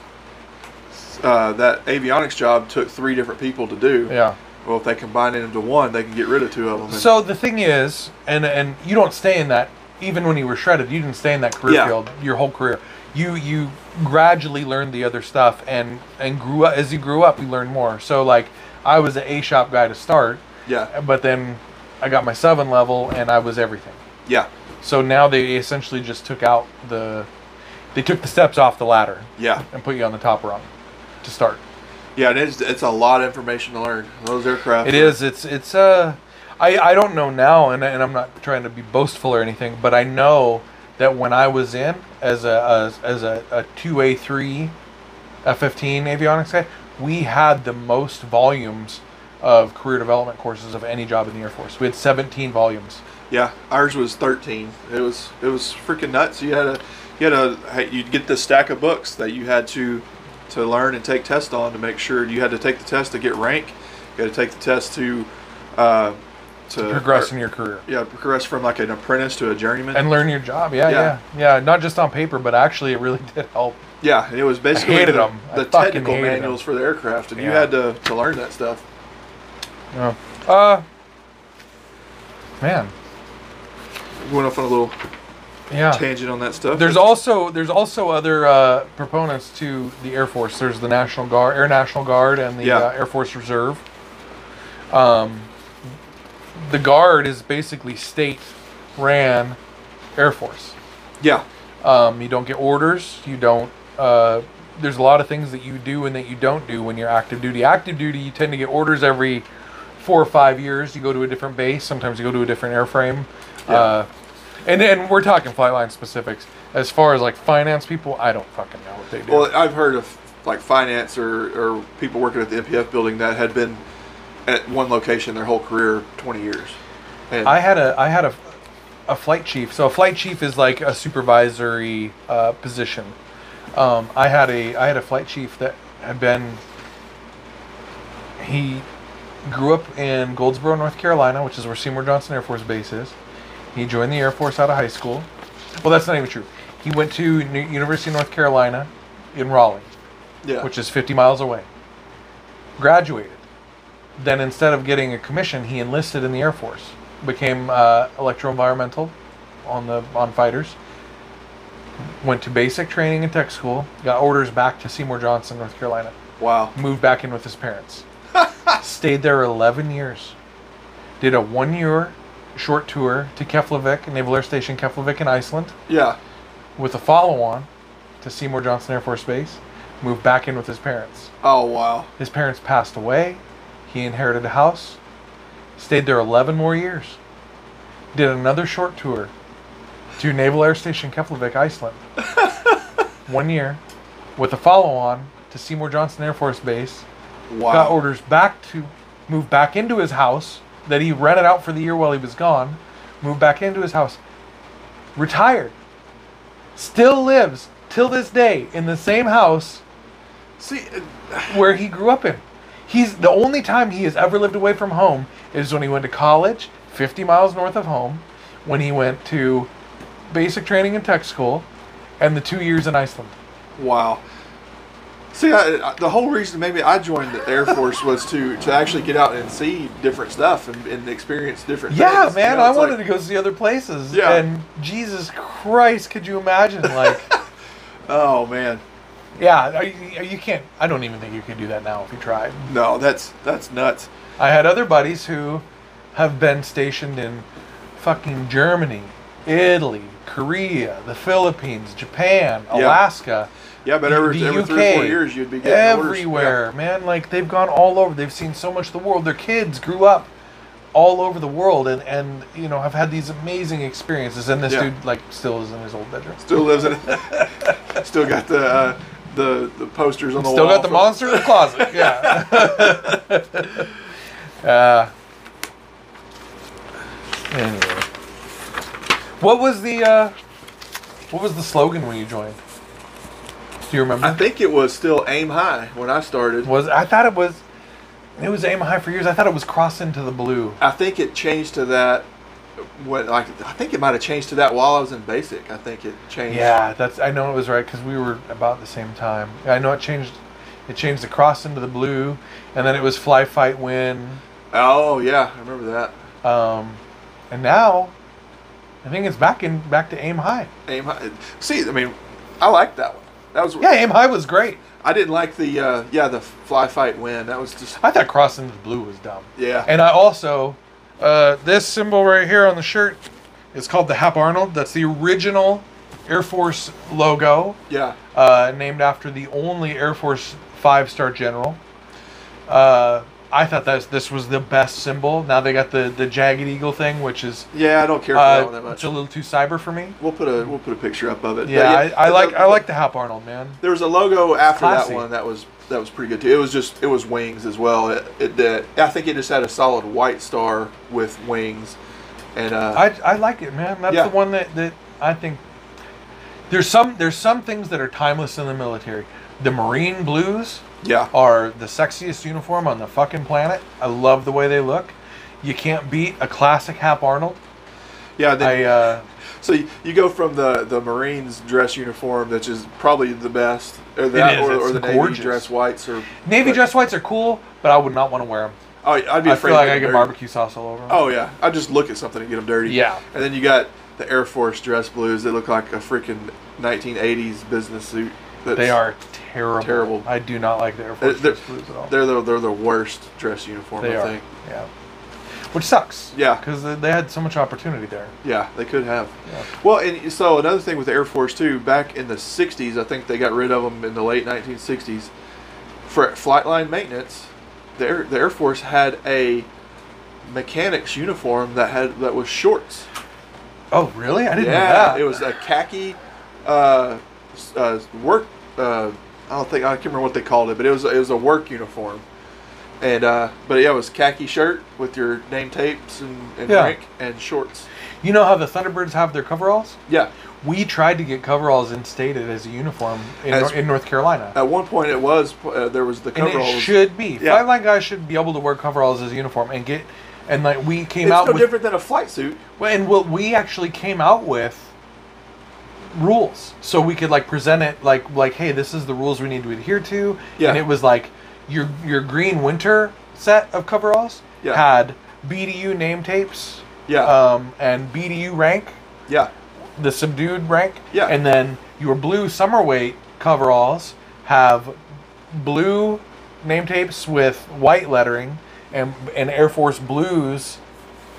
S2: uh, that avionics job took three different people to do
S3: Yeah.
S2: well if they combine it into one they can get rid of two of them
S3: So the thing is, and and you don't stay in that even when you were shredded, you didn't stay in that career
S2: Yeah.
S3: field your whole career. You you gradually learned the other stuff and and grew up as you grew up, you learned more. So like I was an A shop guy to start,
S2: Yeah.
S3: but then I got my seven level and I was everything.
S2: Yeah.
S3: So now they essentially just took out the they took the steps off the ladder
S2: Yeah.
S3: and put you on the top rung to start.
S2: Yeah. It is. It's a lot of information to learn. Those aircraft.
S3: It is. It's. It's. Uh, I. I don't know now, and, and I'm not trying to be boastful or anything, but I know that when I was in as a as, as a, a two A three, F fifteen avionics guy, we had the most volumes of career development courses of any job in the Air Force. We had 17 volumes.
S2: Yeah, ours was thirteen. It was it was freaking nuts. You had a you had a you'd get this stack of books that you had to to learn and take tests on to make sure you had to take the test to get rank. You had to take the test to uh, to,
S3: Progress in your career
S2: yeah progress from like an apprentice to a journeyman.
S3: and learn your job. Yeah,
S2: Yeah.
S3: yeah, yeah. Not just on paper, but actually, it really did help.
S2: yeah, and it was basically
S3: hated
S2: the,
S3: 'em. I
S2: the
S3: fucking
S2: technical
S3: hated 'em.
S2: manuals for the aircraft, and you
S3: Yeah.
S2: had to to learn that stuff.
S3: Yeah. Uh, man.
S2: We went off on a little
S3: Yeah.
S2: tangent on that stuff.
S3: There's also there's also other uh, proponents to the Air Force. There's the National Guard, Air National Guard, and the
S2: Yeah.
S3: uh, Air Force Reserve. Um, the Guard is basically state ran Air Force.
S2: yeah,
S3: Um, you don't get orders. You don't. Uh, there's a lot of things that you do and that you don't do when you're active duty. Active duty, you tend to get orders every four or five years. You go to a different base. Sometimes you go to a different airframe.
S2: Yeah.
S3: Uh, and and we're talking flight line specifics. As far as like finance people, I don't fucking know what they do.
S2: Well, I've heard of like finance or, or people working at the MPF building that had been at one location their whole career, twenty years. And
S3: I had a I had a a flight chief. So a flight chief is like a supervisory uh, position. Um, I had a I had a flight chief that had been. He grew up in Goldsboro, North Carolina, which is where Seymour Johnson Air Force Base is. He joined the Air Force out of high school. Well, that's not even true. He went to New- University of North Carolina in Raleigh
S2: yeah,
S3: which is 50 miles away. Graduated. Then instead of getting a commission, he enlisted in the Air Force. Became uh, electroenvironmental on the on fighters. Went to basic training and tech school. Got orders back to Seymour Johnson, North Carolina.
S2: wow,
S3: Moved back in with his parents. Stayed there 11 years. Did a one-year short tour to Keflavik, Naval Air Station Keflavik in Iceland
S2: yeah,
S3: with a follow on to Seymour Johnson Air Force Base, moved back in with his parents.
S2: oh wow,
S3: His parents passed away. He inherited a house, stayed there 11 more years, did another short tour to Naval Air Station Keflavik, Iceland, one year, with a follow on to Seymour Johnson Air Force Base,
S2: wow.
S3: got orders back to move back into his house that he rented out for the year while he was gone, moved back into his house, retired, still lives till this day in the same house
S2: See, uh,
S3: where he grew up in. He's the only time he has ever lived away from home is when he went to college, 50 miles north of home, when he went to basic training and tech school, and the two years in Iceland.
S2: wow. See, I, I- the whole reason maybe I joined the Air Force was to to actually get out and see different stuff and, and experience different.
S3: Yeah,
S2: things. You
S3: man,
S2: know,
S3: I
S2: it's
S3: wanted
S2: like-
S3: to go see other places.
S2: Yeah.
S3: And Jesus Christ, could you imagine? Like,
S2: Oh man,
S3: yeah, you, you can't. I don't even think you could do that now if you tried.
S2: no, that's that's nuts.
S3: I had other buddies who have been stationed in fucking Germany, Italy, Korea, the Philippines, Japan,
S2: Yeah.
S3: Alaska.
S2: Yeah, but every,
S3: the
S2: every three or four
S3: UK,
S2: years you'd be getting orders. Yeah.
S3: everywhere, man. Like they've gone all over. They've seen so much of the world. Their kids grew up all over the world, and and you know have had these amazing experiences. And this
S2: Yeah.
S3: dude like still is in his old bedroom.
S2: Still lives in it. Still got the uh, the the posters on the
S3: Still
S2: wall.
S3: got the
S2: from-
S3: monster in the closet. Yeah. uh, anyway, what was the uh, what was the slogan when you joined? Do you remember?
S2: I think it was still aim high when I started.
S3: was I thought it was it was aim high for years. I thought it was cross into the blue.
S2: I think it changed to that. When like I think it might have changed to that while I was in basic. I think it changed.
S3: Yeah, that's I know it was right because we were about the same time. I know it changed. It changed the cross into the blue, and then it was fly fight win.
S2: Oh yeah, I remember that.
S3: Um, and now, I think it's back in back to aim high.
S2: Aim high. See, I mean, I liked that one. That was
S3: Yeah, aim high was great.
S2: I didn't like the uh, yeah the fly fight win. That was just
S3: I thought crossing into the blue was dumb.
S2: yeah.
S3: And I also, uh, this symbol right here on the shirt is called the Hap Arnold. That's the original Air Force logo,
S2: yeah.
S3: uh, named after the only Air Force five star general. Uh, I thought that this was the best symbol. Now they got the, the jagged eagle thing, which is
S2: Yeah, I don't care for that one
S3: uh,
S2: that much.
S3: it's a little too cyber for me.
S2: We'll put a we'll put a picture up of it. But
S3: Yeah, I, I
S2: the-
S3: like I like the Hap Arnold man.
S2: There was a logo after
S3: classy.
S2: that one that was that was pretty good too. It was just it was wings as well. It, it that I think it just had a solid white star with wings, and uh,
S3: I, I like it, man. That's
S2: Yeah.
S3: the one that, that I think. There's some there's some things that are timeless in the military. The Marine blues
S2: yeah
S3: are the sexiest uniform on the fucking planet. I love the way they look. You can't beat a classic Hap Arnold.
S2: yeah. Then,
S3: I uh,
S2: So you, you go from the the Marines dress uniform, which is probably the best, or
S3: It
S2: that,
S3: is,
S2: or, or
S3: it's
S2: the
S3: gorgeous.
S2: Navy dress whites, or
S3: navy
S2: but-
S3: dress whites are cool, but I would not want to wear them.
S2: Oh, I'd be
S3: I
S2: afraid.
S3: feel
S2: of
S3: like I
S2: getting
S3: get
S2: dirty.
S3: barbecue sauce all over 'em.
S2: Oh yeah, I just look at something and get them dirty.
S3: Yeah.
S2: And then you got the Air Force dress blues that look like a freaking 1980s business suit. That's,
S3: they are terrible.
S2: Terrible.
S3: I do not like the Air
S2: They're,
S3: Force
S2: they're,
S3: dress blues at all.
S2: they're the they're the worst dress uniform.
S3: They
S2: I
S3: are.
S2: think.
S3: Yeah. Which sucks.
S2: Yeah.
S3: Because they had so much opportunity there.
S2: Yeah, they could have.
S3: Yeah.
S2: Well, and so another thing with the Air Force too, back in the '60s, I think they got rid of them in the late 1960s for flight line maintenance. The Air, the Air Force had a mechanics uniform that had that was shorts.
S3: Oh, really? I didn't know
S2: yeah,
S3: that.
S2: it was a khaki uh, s- uh, work. Uh, I don't think I can't remember what they called it, but it was it was a work uniform. And uh, but yeah, it was khaki shirt with your name tapes and, and
S3: Yeah.
S2: rank and shorts.
S3: You know how the Thunderbirds have their coveralls?
S2: Yeah.
S3: We tried to get coveralls instated as a uniform in,
S2: As-
S3: in North Carolina.
S2: At one point, it was uh, there was the
S3: and
S2: coveralls.
S3: it should be.
S2: Yeah.
S3: Flightline guys should be able to wear coveralls as a uniform and get and like we came
S2: It's
S3: out
S2: no
S3: with
S2: different than a flight suit.
S3: well, and what we actually came out with rules so we could like present it like like hey this is the rules we need to adhere to
S2: Yeah.
S3: and it was like your your green winter set of coveralls
S2: Yeah.
S3: had BDU name tapes
S2: Yeah.
S3: um, and BDU rank
S2: Yeah,
S3: the subdued rank.
S2: Yeah.
S3: And then your blue summer weight coveralls have blue name tapes with white lettering and and Air Force blues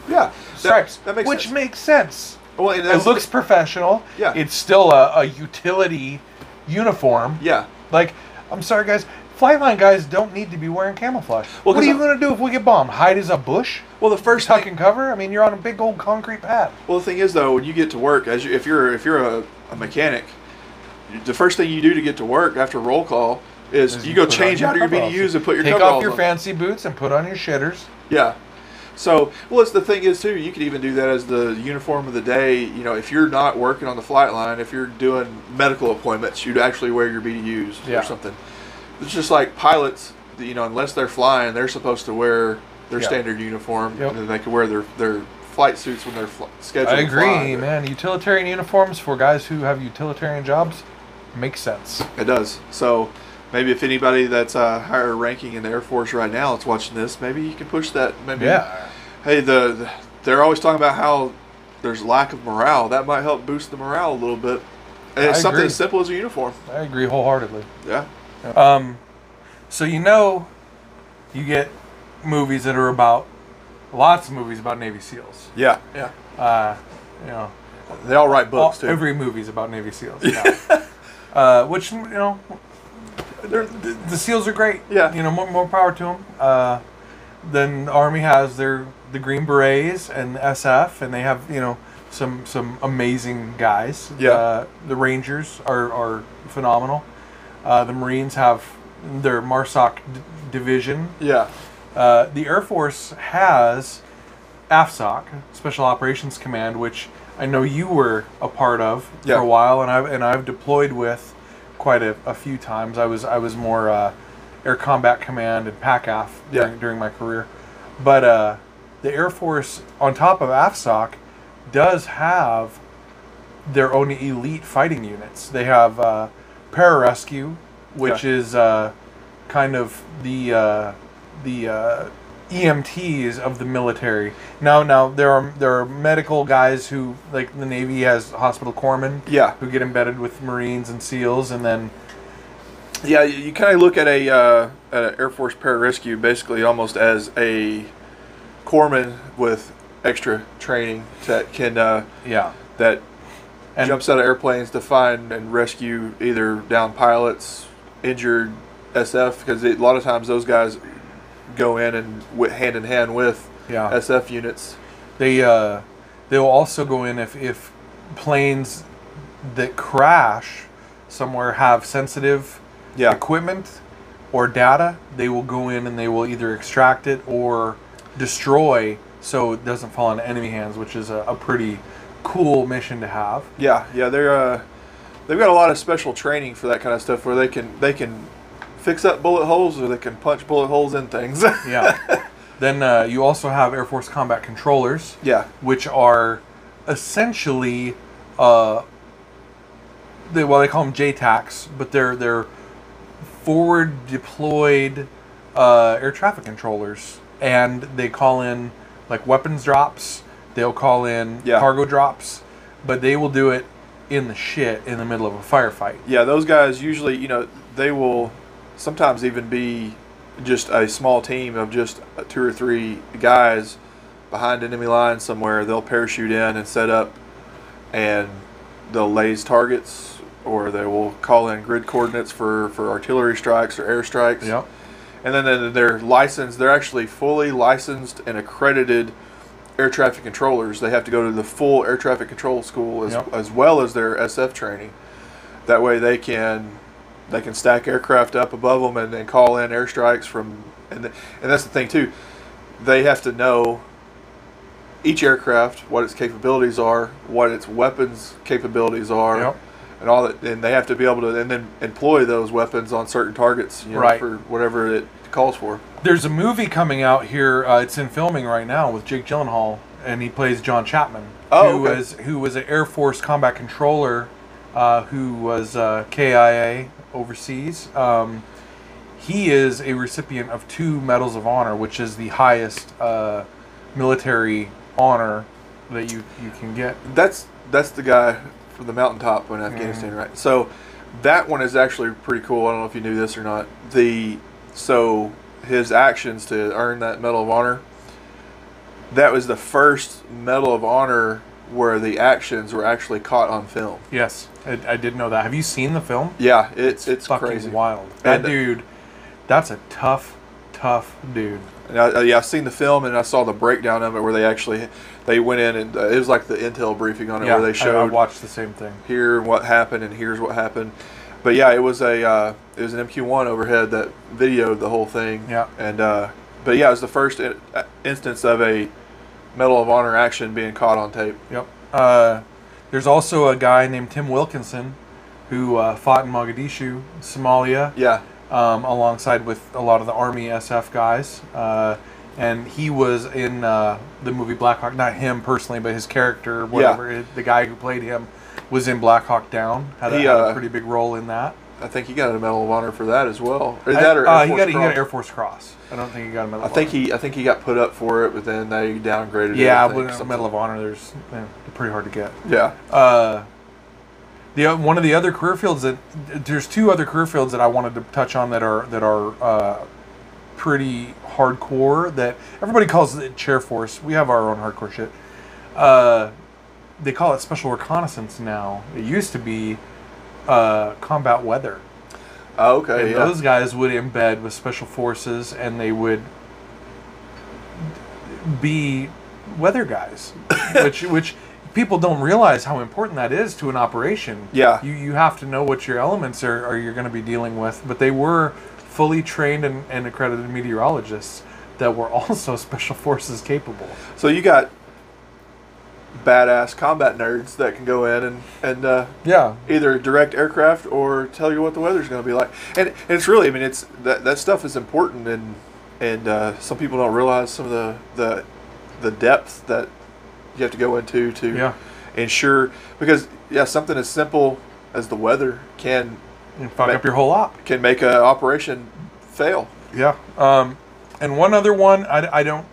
S2: yeah. That-
S3: stripes,
S2: That, makes
S3: which
S2: sense.
S3: makes sense.
S2: well, and
S3: It
S2: that's-
S3: looks professional.
S2: Yeah.
S3: It's still a, a utility uniform.
S2: Yeah.
S3: Like, I'm sorry, guys. Flightline guys don't need to be wearing camouflage.
S2: Well,
S3: what are
S2: 'cause
S3: you
S2: I-
S3: going to do if we get bombed? Hide as a bush?
S2: Well, the first
S3: Tuck
S2: thing,
S3: and cover? I mean, you're on a big old concrete pad.
S2: well, the thing is though, when you get to work, as you, if you're if you're a, a mechanic, you- the first thing you do to get to work after roll call is,
S3: is
S2: you, go
S3: put on
S2: change out of your
S3: coveralls.
S2: BDUs and put your
S3: take
S2: coveralls
S3: off your
S2: on.
S3: fancy boots and put on your shitters.
S2: Yeah. So, well, it's the thing is too. You could even do that as the uniform of the day. You know, if you're not working on the flight line, if you're doing medical appointments, you'd actually wear your BDUs
S3: Yeah.
S2: or something. It's just like pilots. You know, unless they're flying, they're supposed to wear their
S3: Yeah.
S2: standard uniform,
S3: Yep.
S2: and then they can wear their their flight suits when they're fl- scheduled.
S3: I
S2: to fly.
S3: agree, man. Utilitarian uniforms for guys who have utilitarian jobs makes sense.
S2: It does. So. Maybe if anybody that's uh, higher ranking in the Air Force right now is watching this, maybe you can push that. Maybe
S3: Yeah.
S2: Hey, the, the they're always talking about how there's lack of morale. That might help boost the morale a little bit. And
S3: I
S2: it's something
S3: agree.
S2: as simple as a uniform.
S3: I agree wholeheartedly.
S2: Yeah.
S3: Um, so you know, you get movies that are about lots of movies about Navy SEALs.
S2: Yeah. Yeah.
S3: Uh, you know,
S2: They all write
S3: all,
S2: books too.
S3: every movie's about Navy SEALs. Yeah. uh, which you know, they're, the, the SEALs are great.
S2: Yeah.
S3: You know, more, more power to them. Uh, then the Army has their the Green Berets and SF, and they have you know some some amazing guys.
S2: Yeah.
S3: Uh, the Rangers are are phenomenal. Uh, the Marines have their MARSOC d- division.
S2: yeah.
S3: Uh, the Air Force has AFSOC, Special Operations Command, which I know you were a part of
S2: Yeah.
S3: for a while, and I've and I've deployed with quite a, a few times. I was I was more uh, Air Combat Command and PACAF
S2: Yeah.
S3: during, during my career, but uh, the Air Force, on top of AFSOC, does have their own elite fighting units. They have uh, pararescue, which
S2: Yeah.
S3: is uh, kind of the uh, the uh, EMTs of the military. Now, now there are there are medical guys who like the Navy has hospital corpsmen
S2: Yeah.
S3: who get embedded with Marines and SEALs, and then
S2: Yeah, you, you kind of look at a uh, at a Air Force pararescue basically almost as a corpsman with extra training that can uh,
S3: yeah,
S2: that
S3: and
S2: jumps out of airplanes to find and rescue either down pilots, injured SF because a lot of times those guys go in and wi hand in hand with
S3: yeah,
S2: SF units.
S3: They uh, they'll also go in if if planes that crash somewhere have sensitive
S2: Yeah.
S3: equipment or data. They will go in and they will either extract it or destroy so it doesn't fall into enemy hands, which is a, a pretty cool mission to have.
S2: Yeah, yeah, they're uh, they've got a lot of special training for that kind of stuff where they can they can fix up bullet holes or they can punch bullet holes in things.
S3: Yeah. then uh, you also have Air Force combat controllers.
S2: yeah,
S3: which are essentially uh, they, well they call them JTACs, but they're they're forward deployed uh, air traffic controllers, and they call in like weapons drops. They'll call in
S2: Yeah.
S3: cargo drops, but they will do it in the shit in the middle of a firefight.
S2: yeah, those guys usually you know they will sometimes even be just a small team of just two or three guys behind enemy lines somewhere. They'll parachute in and set up, and they'll laze targets or they will call in grid coordinates for for artillery strikes or airstrikes.
S3: Yep.
S2: and then they're- they're licensed. They're actually fully licensed and accredited air traffic controllers. They have to go to the full air traffic control school as,
S3: Yep.
S2: as well as their SF training. That way, they can they can stack aircraft up above them and, and call in airstrikes from. And th- and that's the thing too. They have to know each aircraft, what its capabilities are, what its weapons capabilities are.
S3: Yep.
S2: And all that, and they have to be able to, and then employ those weapons on certain targets, you know,
S3: Right.
S2: for whatever it calls for.
S3: There's a movie coming out here. Uh, it's in filming right now with Jake Gyllenhaal, and he plays John Chapman,
S2: Oh,
S3: who
S2: okay.
S3: was who was an Air Force combat controller, uh, who was uh, KIA overseas. Um, he is a recipient of two Medals of Honor, which is the highest uh, military honor that you you can get.
S2: That's that's the guy from the mountaintop
S3: Mm-hmm.
S2: in Afghanistan, right? So that one is actually pretty cool. I don't know if you knew this or not. The so his actions to earn that Medal of Honor. That was the first Medal of Honor where the actions were actually caught on film.
S3: Yes, I, I did know that. Have you seen the film?
S2: Yeah, it's it's
S3: Fucking
S2: crazy.
S3: wild. That
S2: And-
S3: dude, that's a tough, tough dude.
S2: And I, yeah, I've seen the film and I saw the breakdown of it where they actually they went in and uh, it was like the intel briefing on it where
S3: I-
S2: they showed
S3: I watched the same thing.
S2: here what happened and here's what happened. But yeah, it was a uh, it was an MQ1 overhead that videoed the whole thing.
S3: Yeah.
S2: And uh, but yeah, it was the first in- uh, instance of a Medal of Honor action being caught on tape.
S3: Yep. Uh, there's also a guy named Tim Wilkinson who uh, fought in Mogadishu, Somalia,
S2: Yeah.
S3: um, alongside with a lot of the Army SF guys. Uh, and he was in uh, the movie Black Hawk, not him personally, but his character, whatever, it- the guy who played him was in Black Hawk Down, had a,
S2: He,
S3: had a
S2: uh,
S3: pretty big role in that.
S2: I think he got a Medal of Honor for that as well. Or that or Air
S3: uh, he,
S2: Force
S3: got, a- he got
S2: Cross.
S3: an Air Force Cross. I don't think he got a medal.
S2: I
S3: of
S2: think
S3: Honor.
S2: he I think he got put up for it, but then they downgraded. it,
S3: Yeah,
S2: I
S3: but
S2: think,
S3: a
S2: something.
S3: Medal of Honor, there's eh, they're pretty hard to get.
S2: Yeah.
S3: Uh, the o- one of the other career fields that there's two other career fields that I wanted to touch on that are that are uh, pretty hardcore that everybody calls it chair force. We have our own hardcore shit. Uh, they call it special reconnaissance now. It used to be uh, combat weather.
S2: Oh, okay.
S3: And
S2: yeah.
S3: those guys would embed with special forces and they would be weather guys, which which people don't realize how important that is to an operation.
S2: Yeah.
S3: you you have to know what your elements are, are you're going to be dealing with. But they were fully trained and, and accredited meteorologists that were also special forces capable.
S2: so you got badass combat nerds that can go in and and uh,
S3: Yeah,
S2: either direct aircraft or tell you what the weather's going to be like. And, and it's really, I mean, it's that, that stuff is important, and and uh, some people don't realize some of the the the depth that you have to go into to
S3: Yeah.
S2: ensure because yeah, something as simple as the weather can
S3: and fuck
S2: Ma-
S3: up your whole op.
S2: can make a operation fail.
S3: Yeah. Um, and one other one I, I don't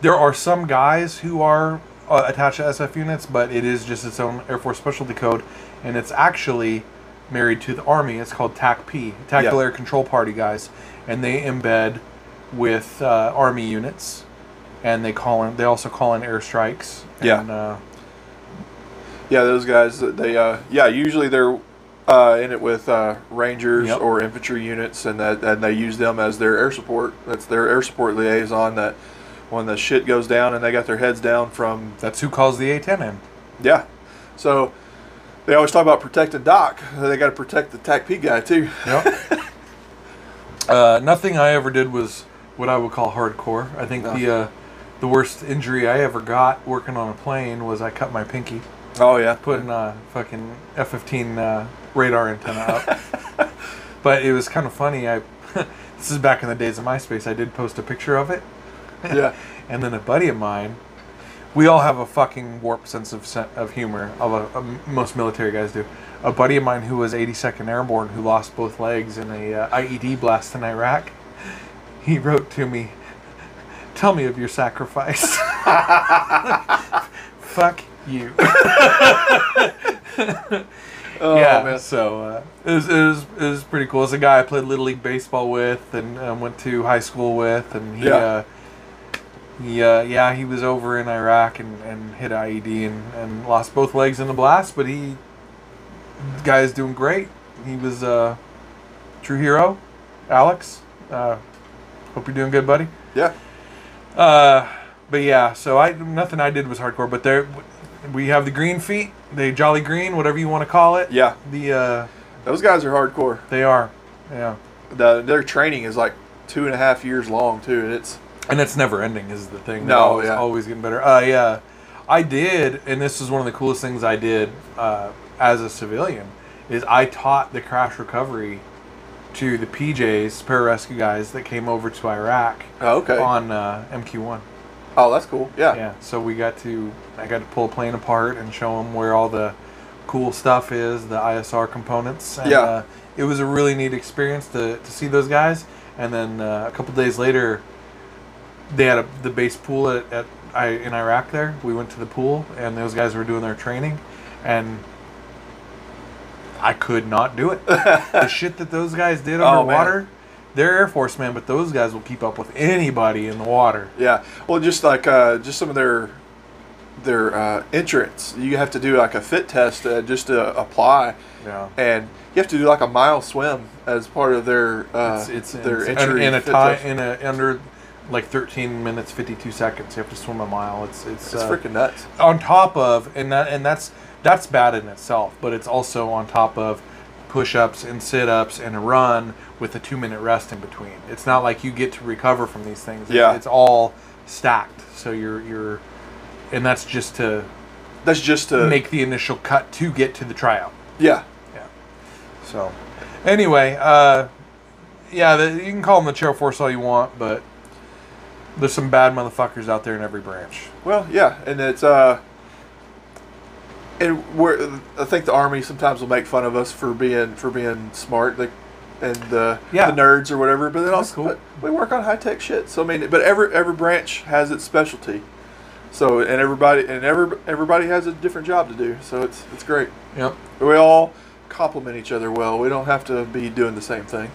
S3: there are some guys who are uh, attached to sf units but it is just its own air force specialty code and it's actually married to the army it's called tac p tactical
S2: Yeah.
S3: air control party guys and they embed with uh, army units and they call in they also call in airstrikes
S2: Yeah.
S3: and, uh,
S2: Yeah, those guys. They uh, yeah, usually they're uh, in it with uh, rangers
S3: Yep.
S2: or infantry units, and that and they use them as their air support. That's their air support liaison. That when the shit goes down and they got their heads down from
S3: that's who calls the a10m
S2: yeah, so they always talk about protecting Doc. They got to protect the TAC P guy too.
S3: Yep. uh, nothing I ever did was what I would call hardcore. I think the uh, the worst injury I ever got working on a plane was I cut my pinky
S2: Oh yeah,
S3: putting a fucking F-15 uh, radar antenna up. but it was kind of funny. I this is back in the days of MySpace. I did post a picture of it,
S2: yeah,
S3: and then a buddy of mine. We all have a fucking warped sense of sen- of humor. Of a, of most military guys do. A buddy of mine who was 82nd Airborne, who lost both legs in a uh, IED blast in Iraq, he wrote to me, "Tell me of your sacrifice." Fuck you.
S2: oh,
S3: yeah.
S2: man.
S3: So uh, it, was, it was it was pretty cool. It's a guy I played little league baseball with and um, went to high school with, and he.
S2: Yeah.
S3: Uh, he, uh, yeah, he was over in Iraq and, and hit IED and, and lost both legs in the blast, but he, the guy is doing great. He was a true hero. Alex, uh, hope you're doing good, buddy.
S2: yeah,
S3: Uh, but yeah, so I nothing I did was hardcore. But there, we have the green feet, the jolly green, whatever you want to call it.
S2: yeah.
S3: The uh,
S2: Those guys are hardcore.
S3: they are, yeah,
S2: The, their training is like two and a half years long too, and it's
S3: and it's never ending is the thing.
S2: No,
S3: They're always,
S2: yeah.
S3: always getting better. Uh, yeah, I did, and this is one of the coolest things I did uh, as a civilian is I taught the crash recovery to the PJs, pararescue guys that came over to Iraq
S2: oh, okay.
S3: on uh, MQ1.
S2: Oh, that's cool. Yeah,
S3: Yeah, so we got to I got to pull a plane apart and show them where all the cool stuff is, the ISR components. And,
S2: Yeah.
S3: uh, it was a really neat experience to, to see those guys. And then uh, a couple days later, they had a, the base pool at, at I, in Iraq. There, we went to the pool, and those guys were doing their training, and I could not do it. the shit that those guys did
S2: Oh, man.
S3: underwater. They're Air Force men, but those guys will keep up with anybody in the water.
S2: Yeah. Well, just like uh, just some of their their uh, entrance, you have to do like a fit test uh, just to apply,
S3: Yeah.
S2: and you have to do like a mile swim as part of their uh,
S3: it's, it's
S2: their
S3: it's-
S2: entry
S3: in, in a
S2: fit
S3: time
S2: test.
S3: in a under like 13 minutes 52 seconds you have to swim a mile it's it's,
S2: It's
S3: uh,
S2: freaking nuts.
S3: on top of and that and that's that's bad in itself but it's also on top of push-ups and sit-ups and a run with a two-minute rest in between it's not like you get to recover from these things It's-
S2: Yeah.
S3: it's all stacked so you're you're and that's just to
S2: That's just to
S3: make the initial cut to get to the tryout
S2: yeah.
S3: yeah. So, anyway, uh, yeah, the, you can call them the chair force all you want, but there's some bad motherfuckers out there in every branch.
S2: Well, yeah, and it's uh, and we're I think the army sometimes will make fun of us for being for being smart, like and uh,
S3: Yeah.
S2: the nerds or whatever. But then also,
S3: cool.
S2: but we work on high tech shit. So I mean, but every every branch has its specialty. So and everybody and every everybody has a different job to do. So it's it's great.
S3: Yep.
S2: We all complement each other well. We don't have to be doing the same thing.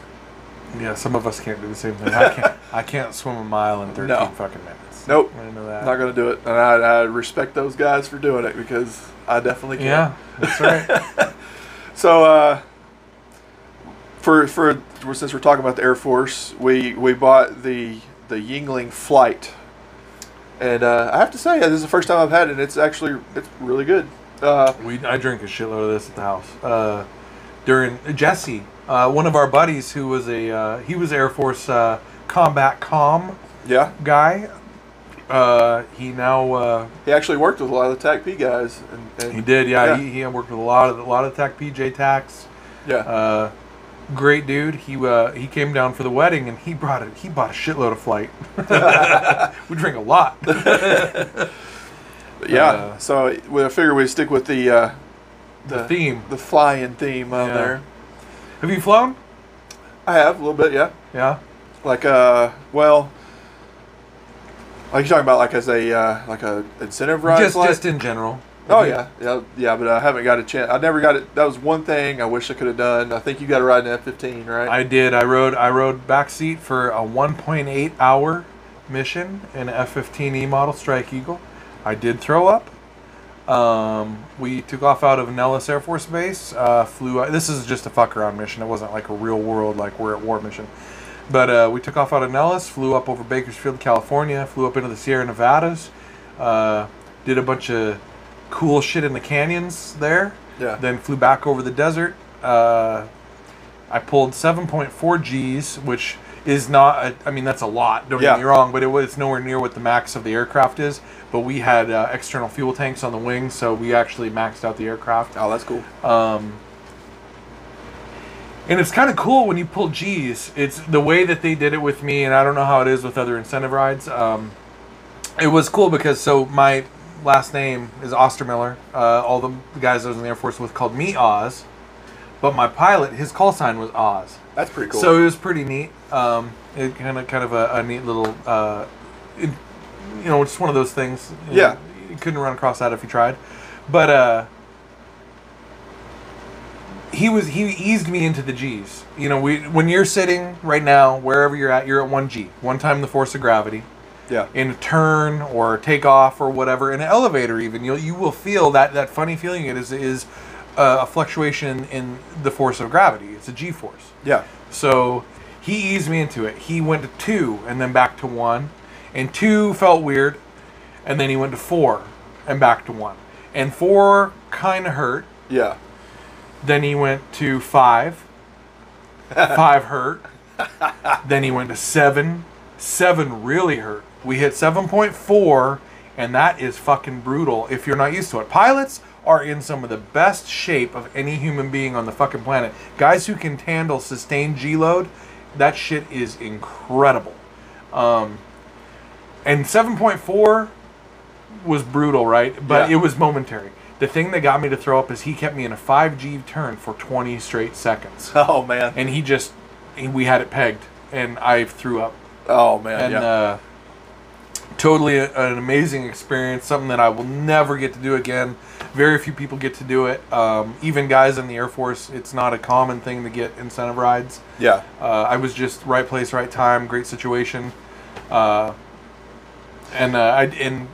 S3: Yeah, some of us can't do the same thing. I can't. I can't swim a mile in 13
S2: No.
S3: fucking minutes.
S2: Nope.
S3: I know that.
S2: Not gonna do it. And I, I respect those guys for doing it because I definitely can't.
S3: yeah, that's right.
S2: So, uh, for for since we're talking about the Air Force, we we bought the the Yingling flight, and uh, I have to say this is the first time I've had it. and It's actually it's really good. Uh,
S3: we I drink a shitload of this at the house. Uh, during Jesse, uh, one of our buddies who was a uh, he was Air Force uh, combat com
S2: yeah,
S3: guy. Uh, he now uh,
S2: he actually worked with a lot of the TAC P guys, and, and
S3: He did,
S2: Yeah.
S3: yeah. He, he worked with a lot of a lot of tech PJ tax.
S2: yeah,
S3: Uh, great dude. He uh, he came down for the wedding and he brought it. He bought a shitload of flight. we drink a lot.
S2: But yeah.
S3: uh,
S2: so we I figure we stick with the uh,
S3: The theme.
S2: the flying theme on
S3: Yeah.
S2: there.
S3: Have you flown?
S2: I have a little bit, yeah.
S3: Yeah.
S2: Like uh, well, Like you're talking about, like as a uh, like a incentive ride.
S3: just
S2: like?
S3: just in general.
S2: Oh yeah, yeah, yeah. But I haven't got a chance. I never got it. That was one thing I wish I could have done. I think you got to ride an F-15, right?
S3: I did. I rode. I rode backseat for a 1.8 hour mission in F-15E model Strike Eagle. I did throw up. Um, we took off out of Nellis Air Force Base. Uh, flew. This is just a fuck around mission. It wasn't like a real world like we're at war mission. But uh, we took off out of Nellis, flew up over Bakersfield, California, flew up into the Sierra Nevadas, uh, did a bunch of cool shit in the canyons there.
S2: Yeah.
S3: Then flew back over the desert. Uh, I pulled 7.4 Gs, which is not. A, I mean, that's a lot. Don't
S2: Yeah.
S3: get me wrong, but it was nowhere near what the max of the aircraft is. But we had uh, external fuel tanks on the wing, so we actually maxed out the aircraft.
S2: oh, that's cool.
S3: Uh, And it's kind of cool when you pull G's. It's the way that they did it with me, and I don't know how it is with other incentive rides. Um, it was cool because so my last name is Ostermiller. Uh, all the guys I was in the Air Force with called me Oz, but my pilot, his call sign was Oz.
S2: That's pretty cool.
S3: So it was pretty neat. Um, it kind of kind of a, a neat little, uh, it, you know, just one of those things. you
S2: Yeah.
S3: know, you couldn't run across that if you tried, but uh, he was he eased me into the G's. You know, we when you're sitting right now, wherever you're at, you're at one G, one time the force of gravity
S2: yeah,
S3: in a turn or take off or whatever in an elevator even you'll you will feel that that funny feeling it is is uh, a fluctuation in the force of gravity it's a g force
S2: yeah,
S3: so he eased me into it. He went to two and then back to one. And two felt weird. And then he went to four and back to one. And four kind of hurt.
S2: yeah.
S3: Then he went to five. Five hurt. Then he went to seven. Seven really hurt. We hit 7.4, and that is fucking brutal if you're not used to it. Pilots are in some of the best shape of any human being on the fucking planet. Guys who can handle sustained G load, that shit is incredible. Um, and 7.4 was brutal, right? But
S2: Yeah.
S3: it was momentary. The thing that got me to throw up is he kept me in a 5G turn for 20 straight seconds.
S2: Oh man.
S3: and he just, and we had it pegged, and I threw up.
S2: oh man.
S3: And
S2: yeah.
S3: uh, totally a, an amazing experience, something that I will never get to do again. Very few people get to do it. Um, even guys in the Air Force, it's not a common thing to get incentive rides.
S2: yeah.
S3: Uh, I was just right place, right time, great situation, uh, and uh, I and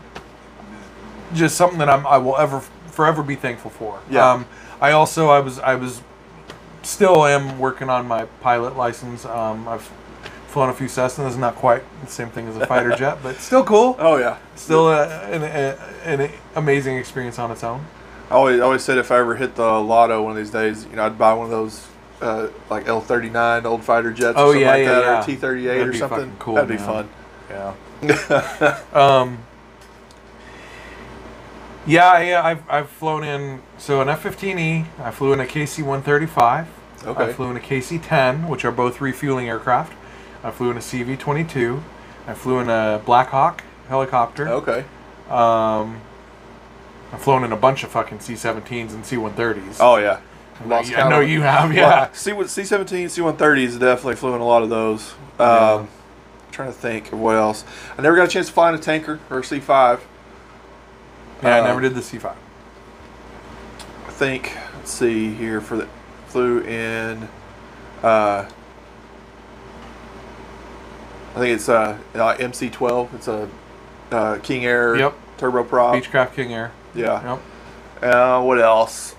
S3: just something that I'm I will ever forever be thankful for.
S2: Yeah.
S3: Um, I also I was I was still am working on my pilot license. Um, I've flown a few Cessnas, not quite the same thing as a fighter jet, but still cool.
S2: Oh yeah.
S3: Still a, an, a, an amazing experience on its own.
S2: I always, I always said if I ever hit the lotto one of these days, you know, I'd buy one of those uh, like L thirty nine old fighter jets or
S3: Oh,
S2: something
S3: yeah,
S2: like
S3: yeah,
S2: that,
S3: yeah.
S2: or T thirty eight
S3: That'd
S2: or
S3: be
S2: something.
S3: fucking cool,
S2: That'd be
S3: man.
S2: fun.
S3: Yeah. um. Yeah, yeah, I've, I've flown in so an F-15E. I flew in a KC-135.
S2: Okay.
S3: I flew in a KC-10, which are both refueling aircraft. I flew in a CV-22. I flew in a Black Hawk helicopter.
S2: Okay.
S3: Um, I've flown in a bunch of fucking C-17s and C-130s.
S2: Oh yeah.
S3: I
S2: Lost
S3: know- I know
S2: count.
S3: you have,
S2: Well,
S3: yeah.
S2: C C seventeen, C one thirties definitely flew in a lot of those. Um,
S3: Yeah.
S2: Trying to think of what else. I never got a chance to fly in a tanker or a C five.
S3: yeah,
S2: um,
S3: I never did the C-5.
S2: I think. Let's see here for the flew in. Uh, I think it's uh, uh MC twelve. It's a uh, King Air
S3: Yep.
S2: turboprop.
S3: Beechcraft King Air.
S2: Yeah.
S3: Yep.
S2: Uh, what else?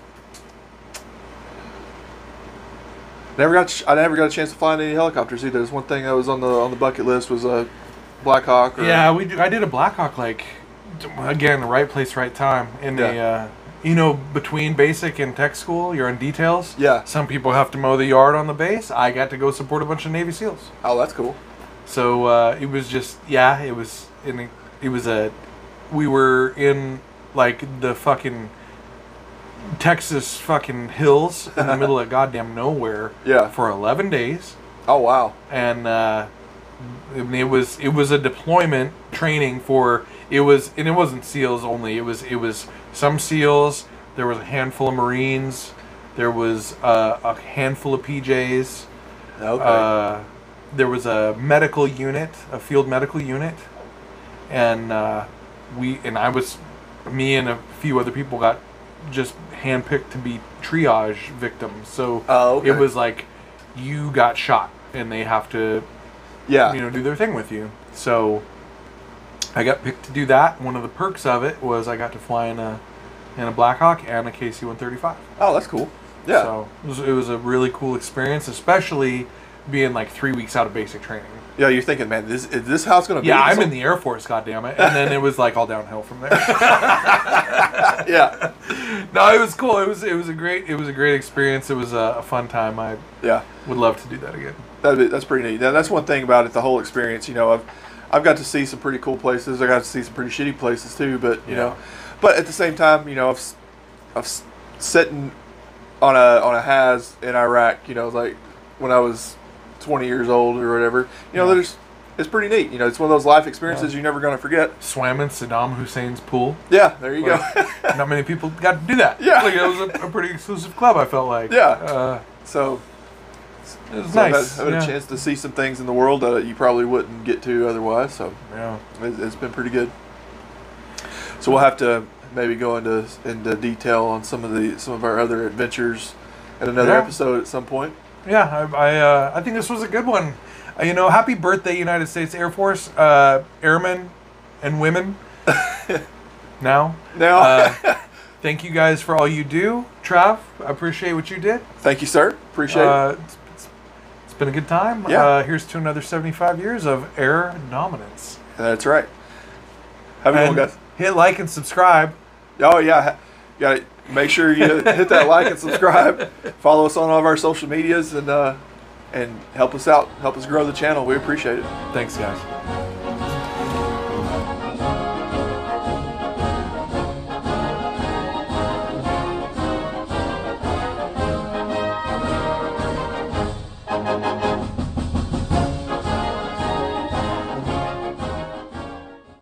S2: Never got. Ch- I never got a chance to fly in any helicopters either. There's one thing that was on the on the bucket list was a Black Hawk. Or,
S3: Yeah, we do, I did a Blackhawk like d- again, the right place, right time. In the
S2: Yeah.
S3: uh, you know between basic and tech school, you're in details.
S2: Yeah.
S3: Some people have to mow the yard on the base. I got to go support a bunch of Navy SEALs.
S2: Oh, that's cool.
S3: So uh, it was just yeah, it was in it was a we were in like the fucking Texas fucking hills in the middle of goddamn nowhere
S2: Yeah.
S3: for 11 days
S2: Oh wow.
S3: and uh, I mean, it was it was a deployment training for it was and it wasn't seals only it was it was some seals there was a handful of marines there was uh, a handful of pjs
S2: Okay.
S3: uh, there was a medical unit a field medical unit and uh, we and I was me and a few other people got just handpicked to be triage victims. So
S2: Oh, okay.
S3: it was like you got shot and they have to
S2: Yeah.
S3: you know do their thing with you. So I got picked to do that. One of the perks of it was I got to fly in a in a Blackhawk and a KC-135.
S2: oh, that's cool. Yeah.
S3: So it was, it was a really cool experience, especially being like three weeks out of basic training.
S2: Yeah, you're thinking, man, this is this house gonna be?
S3: Yeah, I'm
S2: some-
S3: in the Air Force, goddammit. And then it was like all downhill from there.
S2: Yeah,
S3: no, it was cool. It was it was a great it was a great experience. It was a, a fun time. I
S2: yeah.
S3: would love to do that again.
S2: That'd be, that's pretty neat. Now, that's one thing about it, the whole experience. You know, I've I've got to see some pretty cool places. I got to see some pretty shitty places too. But you know, but at the same time, you know, I've s- I've s- sitting on a on a has in Iraq. You know, like when I was 20 years old or whatever. You know,
S3: Yeah.
S2: there's it's pretty neat. You know, it's one of those life experiences
S3: Yeah.
S2: you're never gonna forget.
S3: Swam in Saddam Hussein's pool.
S2: Yeah, there you go.
S3: Like, not many people got to do that.
S2: Yeah.
S3: like, it was a, a pretty exclusive club. I felt like.
S2: Yeah.
S3: Uh,
S2: so
S3: it was
S2: so I've
S3: nice.
S2: had- I've had
S3: yeah.
S2: a chance to see some things in the world that you probably wouldn't get to otherwise. So.
S3: Yeah.
S2: It's, it's been pretty good. So we'll have to maybe go into into detail on some of the some of our other adventures in another
S3: Yeah.
S2: episode at some point.
S3: Yeah, I I, uh, I think this was a good one. Uh, you know, happy birthday, United States Air Force, uh, airmen and women. now,
S2: Now,
S3: uh, thank you guys for all you do, Trav. I appreciate what you did.
S2: thank you, sir. Appreciate it.
S3: Uh, it's, it's- it's been a good time.
S2: Yeah.
S3: Uh, here's to another 75 years of air dominance.
S2: That's right. Have a good one,
S3: And
S2: guys.
S3: hit like and subscribe.
S2: Oh yeah, got to make sure you hit that like and subscribe. Follow us on all of our social medias and uh, and help us out. Help us grow the channel. We appreciate it.
S3: Thanks, guys.